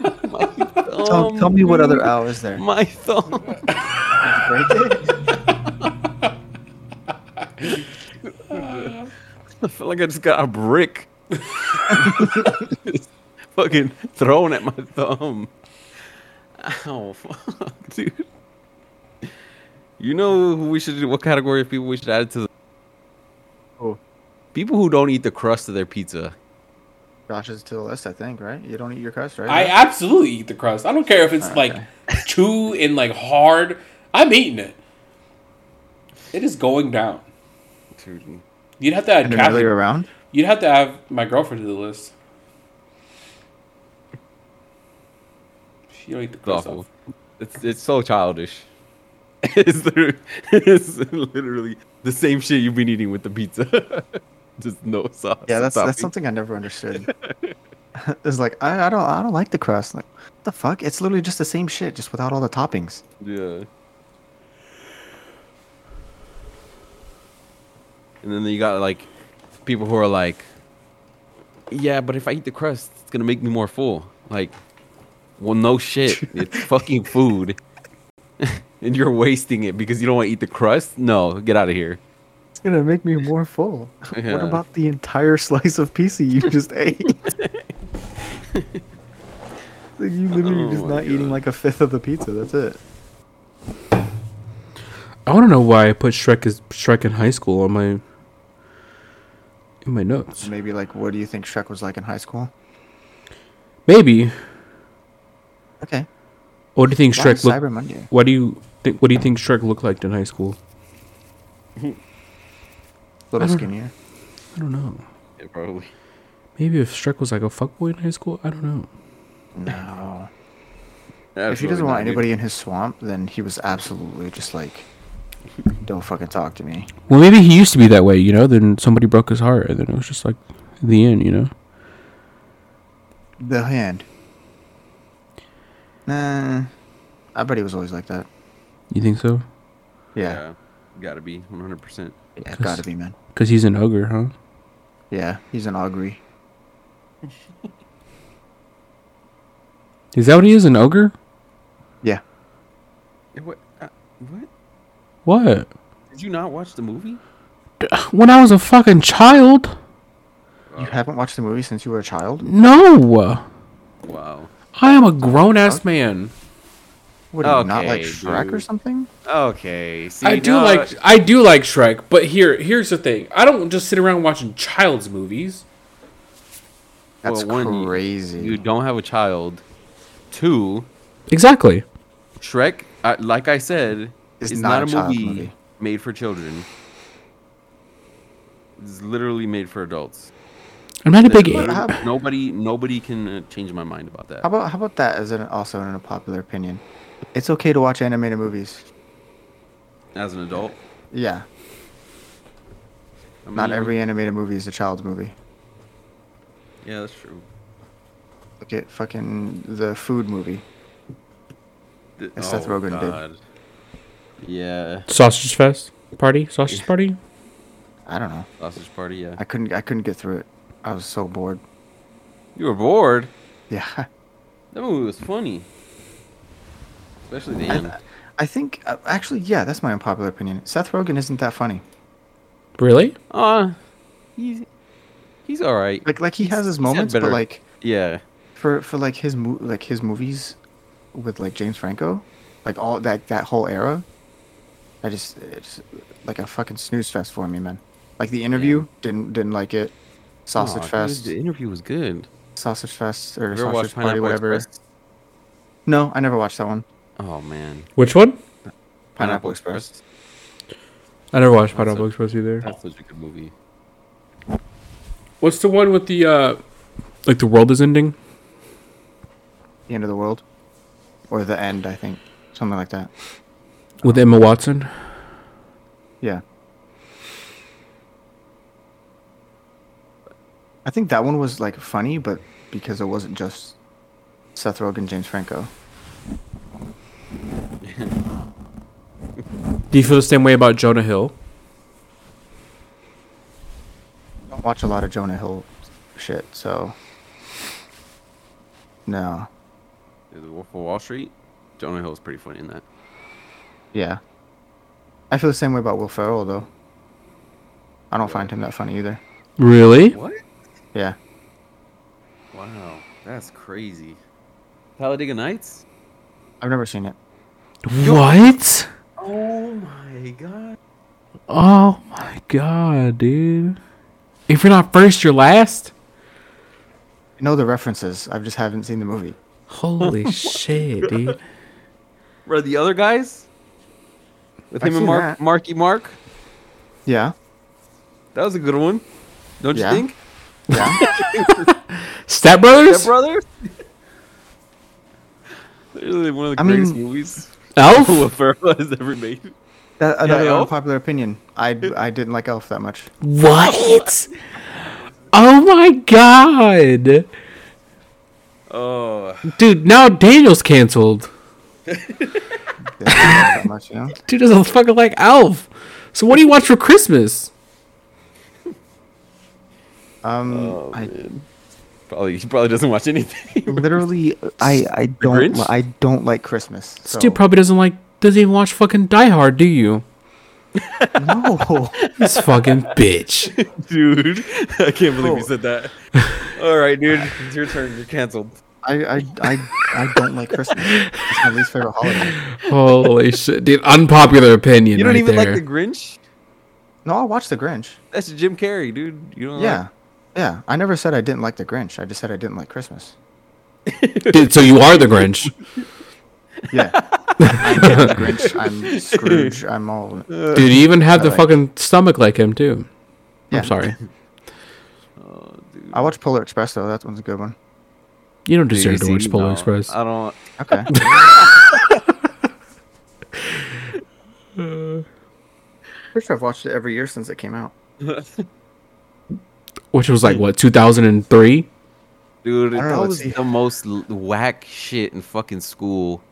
B: my thumb.
C: tell, tell
A: Um,
C: me what other
B: dude.
C: owl is there.
B: My thumb.
C: Break it?
B: I feel like I just got a brick Just fucking thrown at my thumb. Ow, fuck, dude. You know who we should what category of people we should add to the
C: Who?
B: people who don't eat the crust of their pizza.
C: Josh is to the list, I think. Right? You don't eat your crust, right?
A: I absolutely eat the crust. I don't care if it's like chew and like hard. I'm eating it. It is going down.
B: Dude,
A: You'd have to add
C: in an
A: Kathy.
C: earlier round.
A: You'd have to have my girlfriend to the list. She don't eat the
B: it's
A: crust.
B: awful.
A: off.
B: It's it's so childish. It's literally, it's literally the same shit you've been eating with the pizza. just no sauce.
C: Yeah, that's that's
B: topping.
C: something I never understood. it's like I, I don't I don't like the crust. Like what the fuck? It's literally just the same shit, just without all the toppings.
B: Yeah. And then you got like people who are like, yeah, but if I eat the crust, it's gonna make me more full. Like, well, no shit, it's fucking food, and you're wasting it because you don't want to eat the crust. No, get out of here.
C: It's gonna make me more full.
B: Yeah.
C: What about the entire slice of pizza you just ate? like you literally
B: Oh
C: just
B: my
C: not eating
B: God.
C: like a fifth of the pizza. That's it.
A: I want to know why I put Shrek as Shrek in high school on my in my notes.
C: Maybe like, what do you think Shrek was like in high school?
A: Maybe.
C: Okay.
A: What do you think
C: Wow,
A: Shrek
C: Cyber
A: looked?
C: Monday.
A: What do you think? What do you think Shrek looked like in high school?
C: A little skinnier.
A: I don't know.
B: Yeah, probably.
A: Maybe if Shrek was like a fuckboy in high school, I don't know.
C: No. if he doesn't want anybody in his swamp, then he was absolutely just like, don't fucking talk to me.
A: Well, maybe he used to be that way, you know. Then somebody broke his heart, and then it was just like the end, you know.
C: The hand. Nah. I bet he was always like that.
A: You think so?
C: Yeah.
B: uh, gotta be 100. percent
C: Yeah,
A: Cause-
C: gotta be, man.
A: Because he's an ogre, huh?
C: Yeah, he's an augury.
A: Is that what he is? An ogre?
C: Yeah.
B: What? uh, what?
A: What?
B: Did you not watch the movie?
A: When I was a fucking child?
C: You haven't watched the movie since you were a child?
A: No.
B: Wow.
A: I am a grown ass man.
C: What, do you not like
B: Okay,
C: Shrek or
B: dude.
C: something?
B: Okay. See,
A: I do
B: now-
A: like I do like Shrek, but here here's the thing. I don't just sit around watching child's movies.
C: That's
B: Well, one, you-
C: crazy.
B: You don't have a child. Two,
A: Exactly.
B: Shrek, uh, like I said,
C: It's
B: is
C: not
B: not,
C: a
B: a,
C: child
B: movie,
C: movie.
B: made for children. It's literally made for adults.
A: I'm not a big
C: But how-
B: Nobody, nobody can uh, change my mind about that.
C: How about how about that as an also an unpopular opinion? It's okay to watch animated movies.
B: As an adult,
C: Yeah,
B: I
C: not
B: mean,
C: every animated movie is a child's movie.
B: Yeah, that's true.
C: Look at fucking the food movie.
B: Th-
C: As Seth Rogen did.
B: did. Oh, Yeah,
A: Sausage Fest party? Sausage party?
C: I don't know.
B: sausage party. Yeah,
C: I couldn't I couldn't get through it. I was so bored.
B: you were bored.
C: Yeah,
B: That movie was funny, especially the end.
C: I, I think uh, actually yeah, that's my unpopular opinion. Seth Rogen isn't that funny.
A: Really?
B: Uh, he's he's all right.
C: Like like he
B: He's-
C: has his
B: he's had
C: moments, but
B: better-
C: like
B: Yeah,
C: for for like his mo- like his movies with like James Franco, like all that that whole era. I just it's like a fucking snooze fest for me, man. Like the interview didn't didn't like it.
B: Aw,
C: Sausage
B: dude,
C: Fest,
B: the interview was good.
C: Sausage Fest
B: Have
C: or
B: you ever watched
C: Sausage Party,
B: Pineapple
C: whatever.
B: Express?
C: No, I never watched that one.
B: Oh man,
A: Which one?
C: Pineapple Express.
A: I never watched
B: That's
A: Pineapple
B: a-
A: Express either.
B: That's such a good movie.
A: What's the one with the uh like the world is ending?
C: The End of the World, or the End, I think, something like that.
A: With Emma Watson?
C: Yeah. I think that one was like funny, but because it wasn't just Seth Rogen, James Franco.
D: Do you feel the same way about Jonah Hill?
C: I watch a lot of Jonah Hill shit, so no,
B: The Wolf of Wall Street. Jonah Hill's pretty funny in that.
C: yeah. I feel the same way about Will Ferrell though. I don't find him that funny either.
D: Really?
B: What?
C: Yeah,
B: Wow, that's crazy. Talladega Nights.
C: I've never seen it.
D: What?
B: Oh my god.
D: Oh my god, dude. If you're not first, you're last?
C: I know the references. I just haven't seen the movie.
D: Holy shit, dude.
B: Bro, the other guys with
C: I've
B: him and
C: seen
B: Mark,
C: that.
B: Marky Mark.
C: Yeah,
B: That was a good one. Don't
C: Yeah.
B: you think?
C: yeah.
D: Step
B: That
D: Brothers?
B: brother. Literally one of the
C: I mean-
B: greatest movies Will
D: Elf?
B: Ferrell has ever made.
C: that, another
B: Elf?
C: unpopular opinion. I I didn't like Elf that much.
D: What? Oh my god.
B: Oh,
D: Dude, now Daniel's canceled.
C: Didn't like Elf that much, you know.
D: Dude doesn't fucking like Elf. So what do you watch for Christmas?
C: Um,
B: Oh,
C: I
B: man. probably he probably doesn't watch anything.
C: literally, I I don't
B: Grinch?
C: li- I don't like Christmas.
D: This
B: Oh.
C: So.
D: dude probably doesn't like doesn't even watch fucking Die Hard, do you?
C: no.
D: This fucking bitch.
B: dude, I can't believe
C: Oh.
B: you said that. All right, dude, it's your turn. You're canceled.
C: I, I, I, I don't like Christmas. It's my least favorite holiday.
D: Holy shit, dude! Unpopular opinion.
B: You don't
D: right
B: even
D: there.
B: like the Grinch?
C: No, I'll watch The Grinch.
B: That's Jim Carrey, dude. You don't.
C: Yeah. Yeah. I never said I didn't like The Grinch. I just said I didn't like Christmas.
D: Dude, so you are the Grinch.
C: Yeah. I'm The Grinch. I'm Scrooge. I'm all.
D: Dude, you even have
C: I
D: the
C: like-
D: fucking stomach like him too.
C: Yeah.
D: I'm sorry.
B: Like, oh, dude.
C: I watched Polar Express, though. That one's a good one.
D: You don't deserve to
B: Dude,
D: watch
B: see,
D: Polar
B: no, Uh,
D: Express.
B: I don't.
C: Okay. Pretty sure I've watched it every year since it came out.
D: Which was like what 2003.
B: Dude,
C: I don't know,
B: that
C: let's
B: was
C: see.
B: the most l- whack shit in fucking school.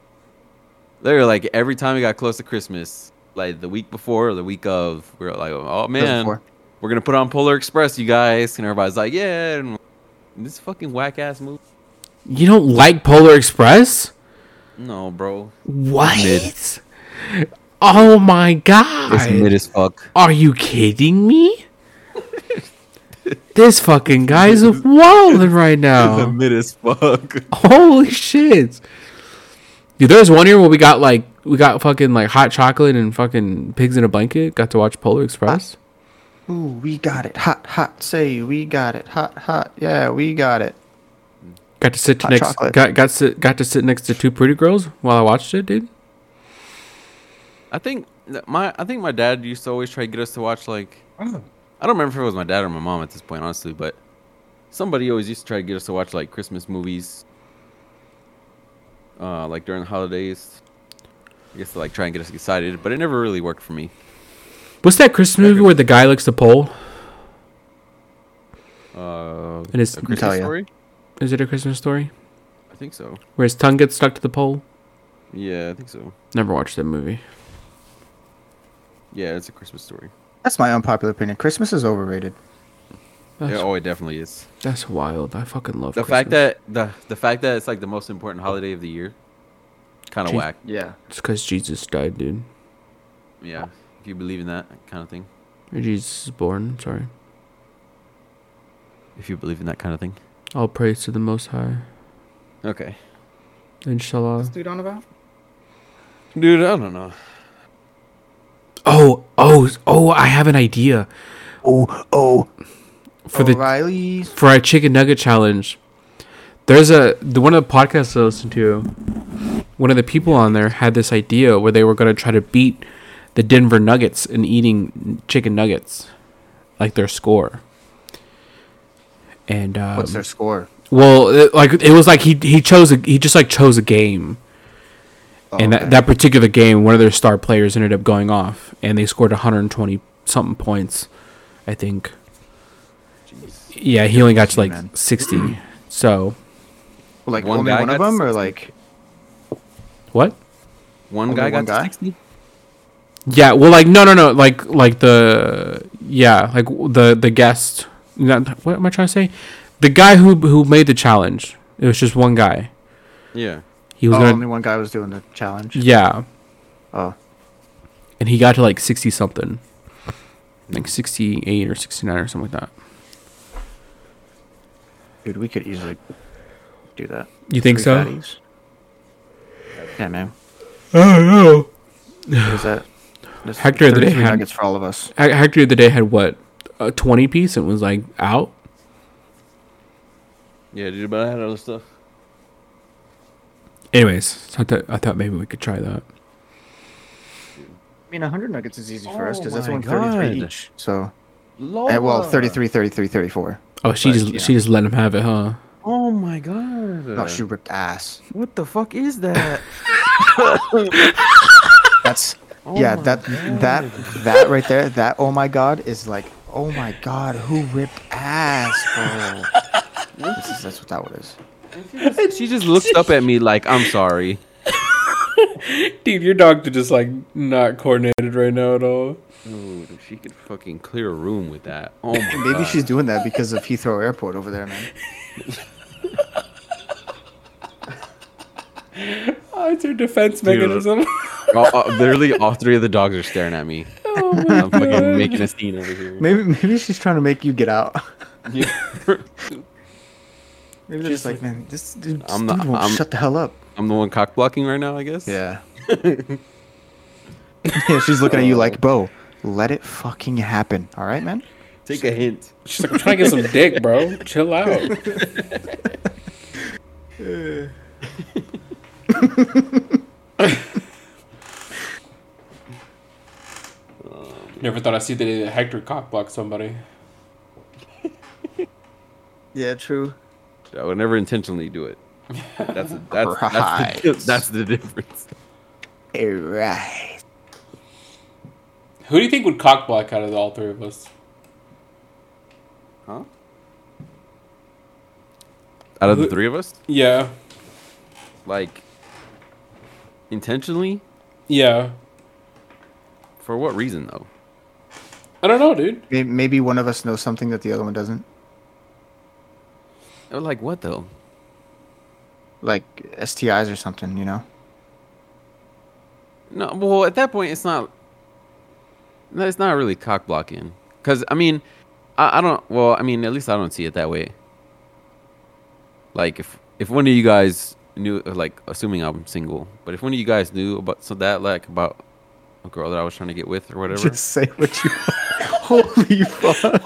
B: They were like every time it got close to Christmas, like the week before or the week of, we were like, oh man,
C: before.
B: we're gonna put on Polar Express, you guys, and everybody's like, yeah, and this fucking whack ass movie.
D: You don't like Polar Express?
B: No, bro,
D: What?
B: Mid.
D: Oh my
B: it's
D: god!
B: mid as fuck.
D: Are you kidding me? this fucking guy's wilding right
B: It's a
D: now.
B: mid as fuck.
D: Holy shit. Dude, there was one year where we got like we got fucking like hot chocolate and fucking pigs in a blanket. Got to watch Polar Express.
C: Ooh, we got it. Hot, hot. Say, we got it. Hot, hot. Yeah, we got it.
D: Got to sit to
C: Hot
D: next
C: chocolate.
D: got got sit, got to sit next to two pretty girls while I watched it, dude.
B: I think that my I think my dad used to always try to get us to watch like
C: Oh.
B: I don't remember if it was my dad or my mom at this point, honestly, but somebody always used to try to get us to watch like Christmas movies, uh, like during the holidays. I guess to like try and get us excited, but it never really worked for me.
D: What's that Christmas movie where the guy licks the pole?
B: Uh,
D: It is-
B: a
D: Can
B: Christmas
C: tell ya.
B: story.
D: Is it a Christmas story?
B: I think so.
D: Where his tongue gets stuck to the pole?
B: Yeah, I think so.
D: Never watched that movie.
B: Yeah, it's a Christmas story.
C: That's my unpopular opinion. Christmas is overrated.
D: That's,
B: Yeah, oh, it definitely is.
D: that's wild. I fucking love
B: The fact that the the fact that it's like the most important holiday of the year, kind of
D: Gee.
B: whack.
C: Yeah.
D: it's because Jesus died, dude.
B: Yeah, if you believe in that kind of thing.
D: Or Jesus is born. Sorry.
B: If you believe in that kind of thing.
D: All praise to the Most High.
B: Okay.
D: Inshallah.
C: dude on about?
B: Dude, I don't know.
D: Oh, oh, oh! I have an idea
C: Oh, oh.
D: for the
C: O'Reilly's.
D: for our chicken nugget challenge. There's a the one of the podcasts I listened to. One of the people on there had this idea where they were gonna try to beat the Denver Nuggets in eating chicken nuggets, like their score. And um,
C: What's their score?
D: Well, it, like it was like he he chose a, he just like chose a game,
C: Oh,
D: and that, that particular game, one of their star players ended up going off, and they scored 120 something points, I think. Yeah, he only got to like
C: Man.
D: 60. So
C: like
B: One
C: only
B: guy
C: one of
B: got
C: them, or like
D: what?
B: One
C: Only
B: guy
C: one
B: got
C: guy?
B: to 60?
D: Yeah, well, like no, no, no, like like the yeah, like the the guest. Not, what am I trying to say? The guy who who made the challenge. It was just one guy.
B: Yeah.
D: He was
C: oh,
D: gonna
C: only one guy was doing the challenge.
D: yeah,
C: Oh,
D: and he got to like sixty something, like sixty eight or sixty nine or something like that.
C: dude, we could easily do that.
D: You think
C: Three
D: so?
C: fatties. Yeah, man.
D: Oh
C: What is that? That's
D: Hector, they
C: 33
D: had-
C: nuggets for all of us.
D: no! Hector the other day had what a twenty piece and was like out.
B: Yeah, dude, but I had other stuff.
D: Anyways, so I thought I thought maybe we could try that.
C: I mean, 100 nuggets is easy for us
B: Oh
C: because that's
B: my
C: only 33
B: God. Oh
C: each. So, eh, well, 33, 33, 34.
D: Oh, she
B: But,
D: just
B: yeah.
D: she just let him have it, huh?
B: Oh my god.
C: Oh, she ripped ass.
B: What the fuck is that?
C: That's
B: Oh
C: yeah.
B: my
C: That that that right there. That oh my god is like oh my god. Who ripped ass, bro? This is- that's what that one is.
B: she just looks up at me like, I'm sorry.
A: Dude, your dog is just like not coordinated right now at all.
B: Dude, she could fucking clear a room with that. Oh my
C: Maybe
B: god.
C: she's doing that because of Heathrow Airport over there, man.
A: Oh, it's her defense
B: Dude.
A: mechanism.
B: Oh, oh, literally, all three of the dogs are staring at me.
A: oh my
B: I'm fucking
A: God.
B: making a scene over here.
C: Maybe maybe she's trying to make you get out. Maybe they're just like, man, this dude, this
B: I'm not-
C: dude won't
B: I'm-
C: shut the hell up.
B: I'm the one cock blocking right now, I guess.
C: Yeah. yeah. She's looking at you like, bro, let it fucking happen. All right, man.
B: Take a hint.
A: She's like, I'm trying to get some dick, bro. Chill out. Never thought I'd see the day that Hector cock blocked somebody.
C: Yeah, true.
B: I would never intentionally do it. That's a, that's that's, the,
C: Right.
B: that's the difference.
C: All right.
A: Who do you think would cock block out of all three of us?
B: Huh? Out of the three of us,
A: Yeah.
B: like intentionally,
A: Yeah.
B: for what reason though?
A: I don't know, dude.
C: May- Maybe one of us knows something that the other one doesn't.
B: Or like what though?
C: like STIs or something, you know?
B: No, well at that point it's not. No, it's not really cock blocking, because I mean, I, I don't. Well, I mean, at least I don't see it that way. Like if if one of you guys knew, like assuming I'm single, but if one of you guys knew about so that like about a girl that I was trying to get with or whatever,
C: Just say what you Holy fuck.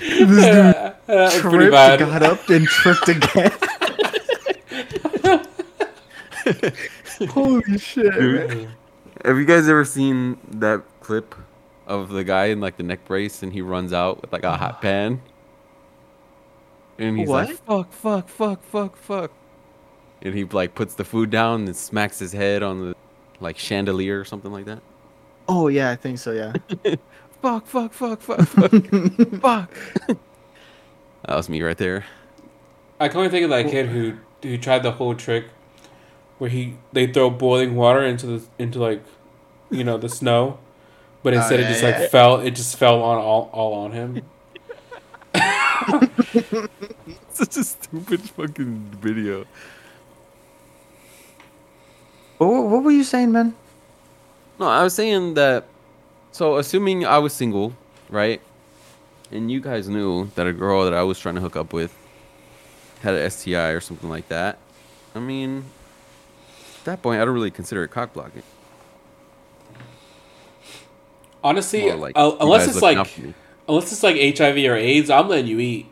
A: Yeah, that's Uh, pretty
C: Tripped,
A: bad.
C: got up, and tripped again. Holy shit. man.
B: Have you guys ever seen that clip of the guy in like the neck brace and he runs out with like a hot pan? And he's like, fuck, fuck, fuck, fuck, fuck. And he like puts the food down and smacks his head on the like chandelier or something like that.
C: Oh, yeah, I think so, yeah.
B: Fuck, fuck, fuck, fuck, fuck, fuck. that was me right there.
A: I can only think of that kid who who tried the whole trick where he they throw boiling water into the into like you know the snow, but
C: Oh,
A: instead it
C: yeah,
A: just
C: yeah.
A: like fell. It just fell on all all on him.
B: Such a stupid fucking video.
C: What, what were you saying, man?
B: No, I was saying that. So, assuming I was single, right? And you guys knew that a girl that I was trying to hook up with had an STI or something like that. I mean, at that point, I don't really consider it cock blocking.
A: Honestly,
B: More like
A: uh,
B: you
A: unless
B: guys
A: it's like
B: looking out for me.
A: unless it's like HIV or AIDS, I'm letting you eat.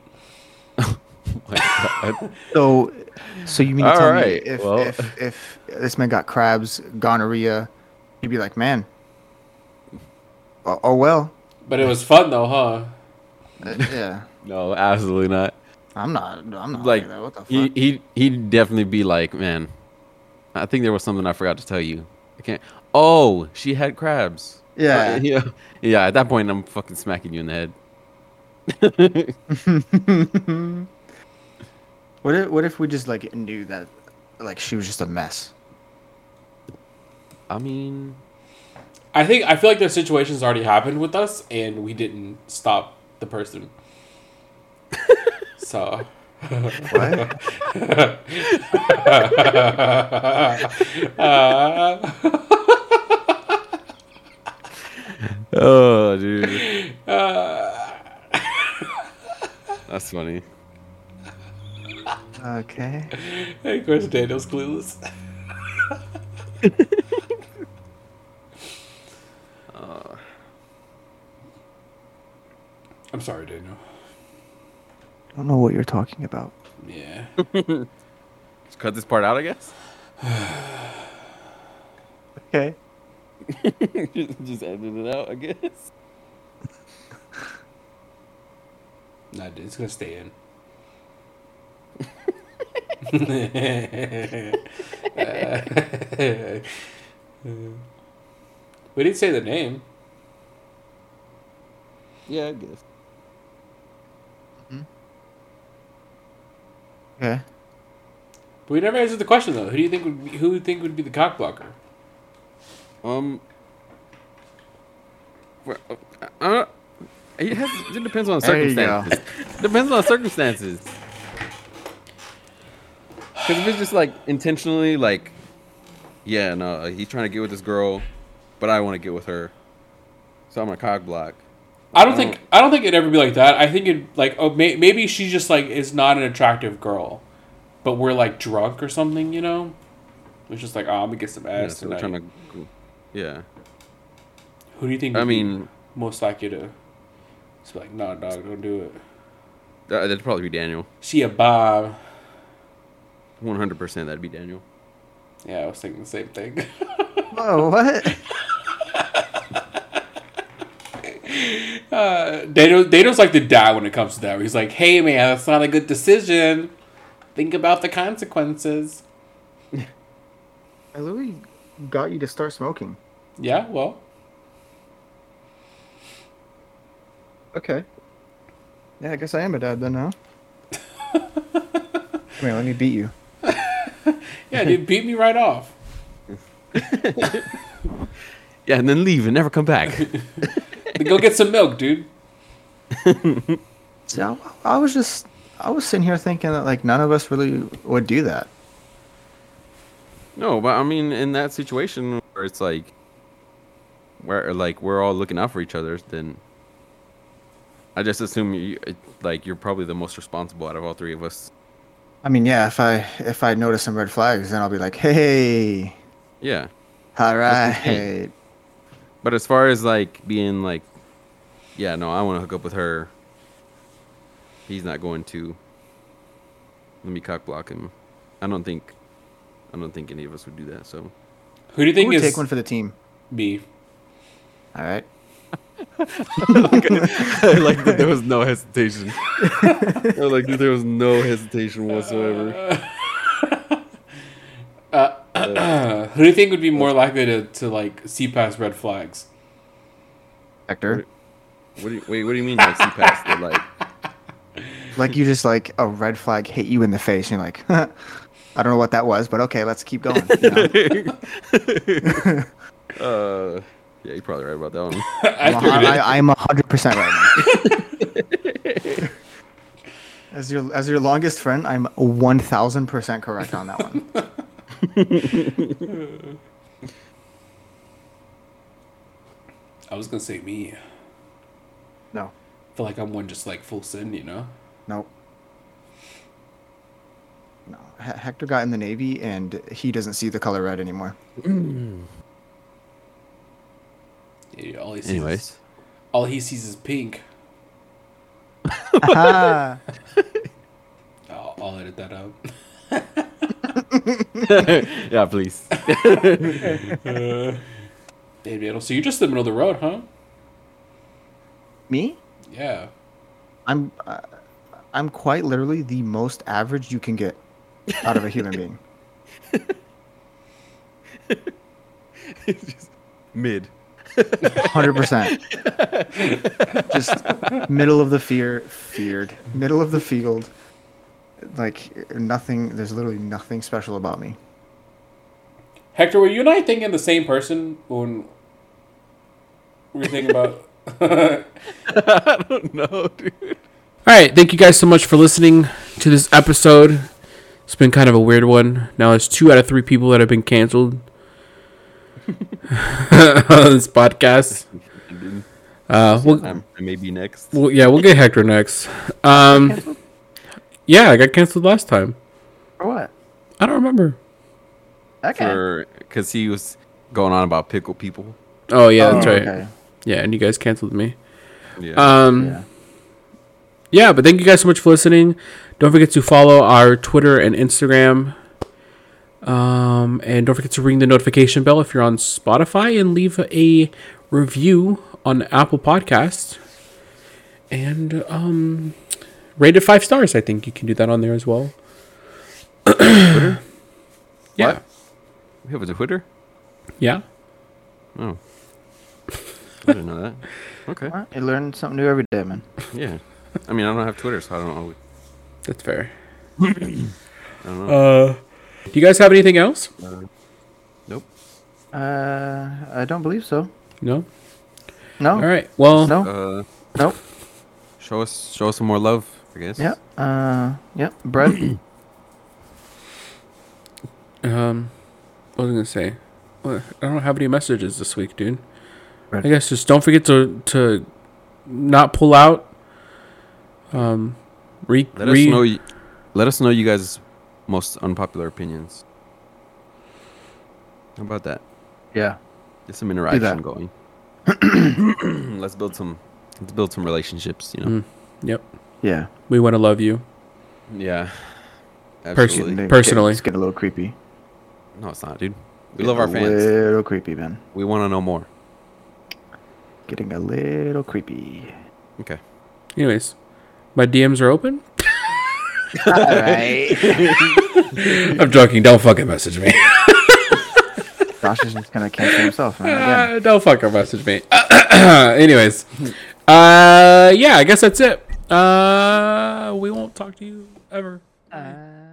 B: Like, I-
C: So, so you mean to
B: All
C: tell
B: right,
C: me if,
B: well-
C: if, if this man got crabs, gonorrhea, you'd be like, man, oh, oh well.
A: But it was fun though, huh?
C: Uh, yeah.
B: no, absolutely not.
C: I'm not, I'm not
B: Like,
C: like that. What the fuck?
B: he, he, he'd definitely be like, man, I think there was something I forgot to tell you. I can't. Oh, she had crabs.
C: Yeah.
B: yeah. Yeah, at that point, I'm fucking smacking you in the head.
C: What if what if we just like knew that like she was just a mess?
B: I mean,
A: I think I feel like their situation's already happened with us, and we didn't stop the person. so.
C: What?
B: Oh, dude. That's funny.
C: okay.
A: Hey, Chris Daniels, clueless. I'm sorry, Daniel.
C: I don't know what you're talking about.
A: Yeah.
B: Let's cut this part out, I guess.
C: Okay.
B: Just edit it out, I guess.
A: Nah, dude, it's gonna stay in. we didn't say the name.
B: Yeah, I guess.
C: Okay.
A: But we never answered the question though. Who do you think would be, who would think would be the cock blocker?
B: Um. well, uh, uh, it, has, it depends on
C: There you go.
B: circumstances. depends on circumstances. Because if it's just like intentionally, like, yeah, no, he's trying to get with this girl, but I want to get with her, so I'm gonna cock block.
A: I don't
B: I
A: think I don't think it'd ever be like that. I think it like oh may, maybe she just like is not an attractive girl, but we're like drunk or something, you know. It's just like oh, I'm gonna get some
B: Yeah,
A: ass
B: so we're
A: tonight.
B: trying to, yeah.
A: Who do you think?
B: I
A: would be
B: mean,
A: most likely to? It's like nah, dog, don't do it.
B: that, uh, that'd probably be Daniel.
A: See a Bob.
B: One hundred percent, that'd be Daniel.
A: Yeah, I was thinking the same thing.
C: Whoa, what?
A: Uh, Daniel, Daniel's like the dad when it comes to that. Where he's like, "Hey, man, that's not a good decision. Think about the consequences."
C: I literally got you to start smoking.
A: Yeah, well,
C: Okay. Yeah, I guess I am a dad then, huh? Come here, let me beat you.
A: yeah, dude, beat me right off.
B: Yeah, and then leave and never come back.
A: Go get some milk, dude.
C: See, I, I was just, I was sitting here thinking that like none of us really would do that.
B: No, but I mean, in that situation where it's like, where like we're all looking out for each other, then I just assume you it- like you're probably the most responsible out of all three of us.
C: I mean, yeah, if I if I notice some red flags, then I'll be like, hey,
B: Yeah,
C: all
B: thing.
C: right.
B: but as far as like being like, yeah, no, I want to hook up with her. He's not going to. Let me cock block him. I don't think, I don't think any of us would do that. So
A: Who do you
C: Who
A: think
C: would
A: is
C: take one for the team?
A: me?
C: All right.
B: like that there was no hesitation. like there was no hesitation whatsoever.
A: Uh, who do you think would be more likely to, to like see past red flags?
C: Hector.
B: What do you, wait, what do you mean like see past the like?
C: Like you just like a red flag hit you in the face, and you're like, I don't know what that was, but okay, let's keep going. you know?
B: Uh, yeah, you're probably right about that one.
A: I
C: I'm a
A: figured
C: hun-
A: it.
C: I, I'm hundred percent right now. as your as your longest friend, I'm one thousand percent correct on that one.
A: I was gonna say me.
C: No,
A: I feel like I'm one just like full sin, you know.
C: no, no. H- Hector got in the navy, and he doesn't see the color red anymore.
A: Yeah, All he sees, is,
B: Anyways,
A: all he sees is pink.
C: Ah,
A: I'll, I'll edit that out.
B: yeah, please.
A: uh, Dave Daniel, so you're just in the middle of the road, huh?
C: me?
A: Yeah.
C: I'm uh, I'm quite literally the most average you can get out of a human being.
B: Just mid.
C: Hundred percent. Just middle of the fear, feared middle of the field. Like nothing. There's literally nothing special about me.
A: Hector, were you and I thinking the same person when were you thinking about?
B: I don't know, dude.
D: All right, thank you guys so much for listening to this episode. It's been kind of a weird one. Now there's two out of three people that have been canceled on this podcast. Uh, we'll,
B: I'm, I may be next.
D: we'll, yeah, we'll get Hector next. Um, yeah, I got canceled last time.
C: For what?
D: I don't remember.
C: Okay.
B: For because he was going on about pickle people.
D: Oh yeah, that's
C: Oh,
D: right.
C: okay.
D: Yeah, and you guys canceled me.
B: Yeah.
D: Um,
C: Yeah.
D: yeah, but thank you guys so much for listening. Don't forget to follow our Twitter and Instagram. Um, and don't forget to ring the notification bell if you're on Spotify and leave a review on Apple Podcasts. And um, rate it five stars. I think you can do that on there as well. Yeah.
B: What? we have a Twitter.
D: Yeah.
B: Oh, I didn't know that. Okay.
C: Alright, You learn something new every day, man.
B: Yeah. I mean, I don't have Twitter, so I don't know.
D: That's fair.
B: I don't know.
D: Uh, do you guys have anything else?
B: nope.
C: Uh, I don't believe so.
D: No.
C: No.
D: All right. Well,
C: No.
B: Uh,
C: Nope.
B: show us, show us some more love, I guess.
C: Yeah. Uh. Yeah. Bread.
D: Um, what was I gonna say? What- I don't have any messages this week, dude.
C: Right.
D: I guess just don't forget to to not pull out. Um, re
B: Let
D: re
B: us know. y- Let us know you guys' most unpopular opinions. How about that?
C: yeah.
B: Get some interaction
C: that.
B: going. let's build some. Let's build some relationships. You know.
D: Mm. Yep,
C: Yeah.
D: we want to love you.
B: Yeah.
D: Person-
B: Absolutely.
D: Personally.
C: it's getting a little creepy.
B: No, it's not, dude. We love our
C: Getting
B: fans.
C: A little creepy, man.
B: We want to know more.
C: Getting a little creepy.
B: Okay.
D: Anyways, my DMs are open.
C: All right.
D: I'm joking. Don't fucking message me.
C: Josh is just gonna cancel himself, man. Again.
D: Uh, don't fucking message me. Anyways, uh, yeah, I guess that's it. Uh, we won't talk to you ever.
C: Uh,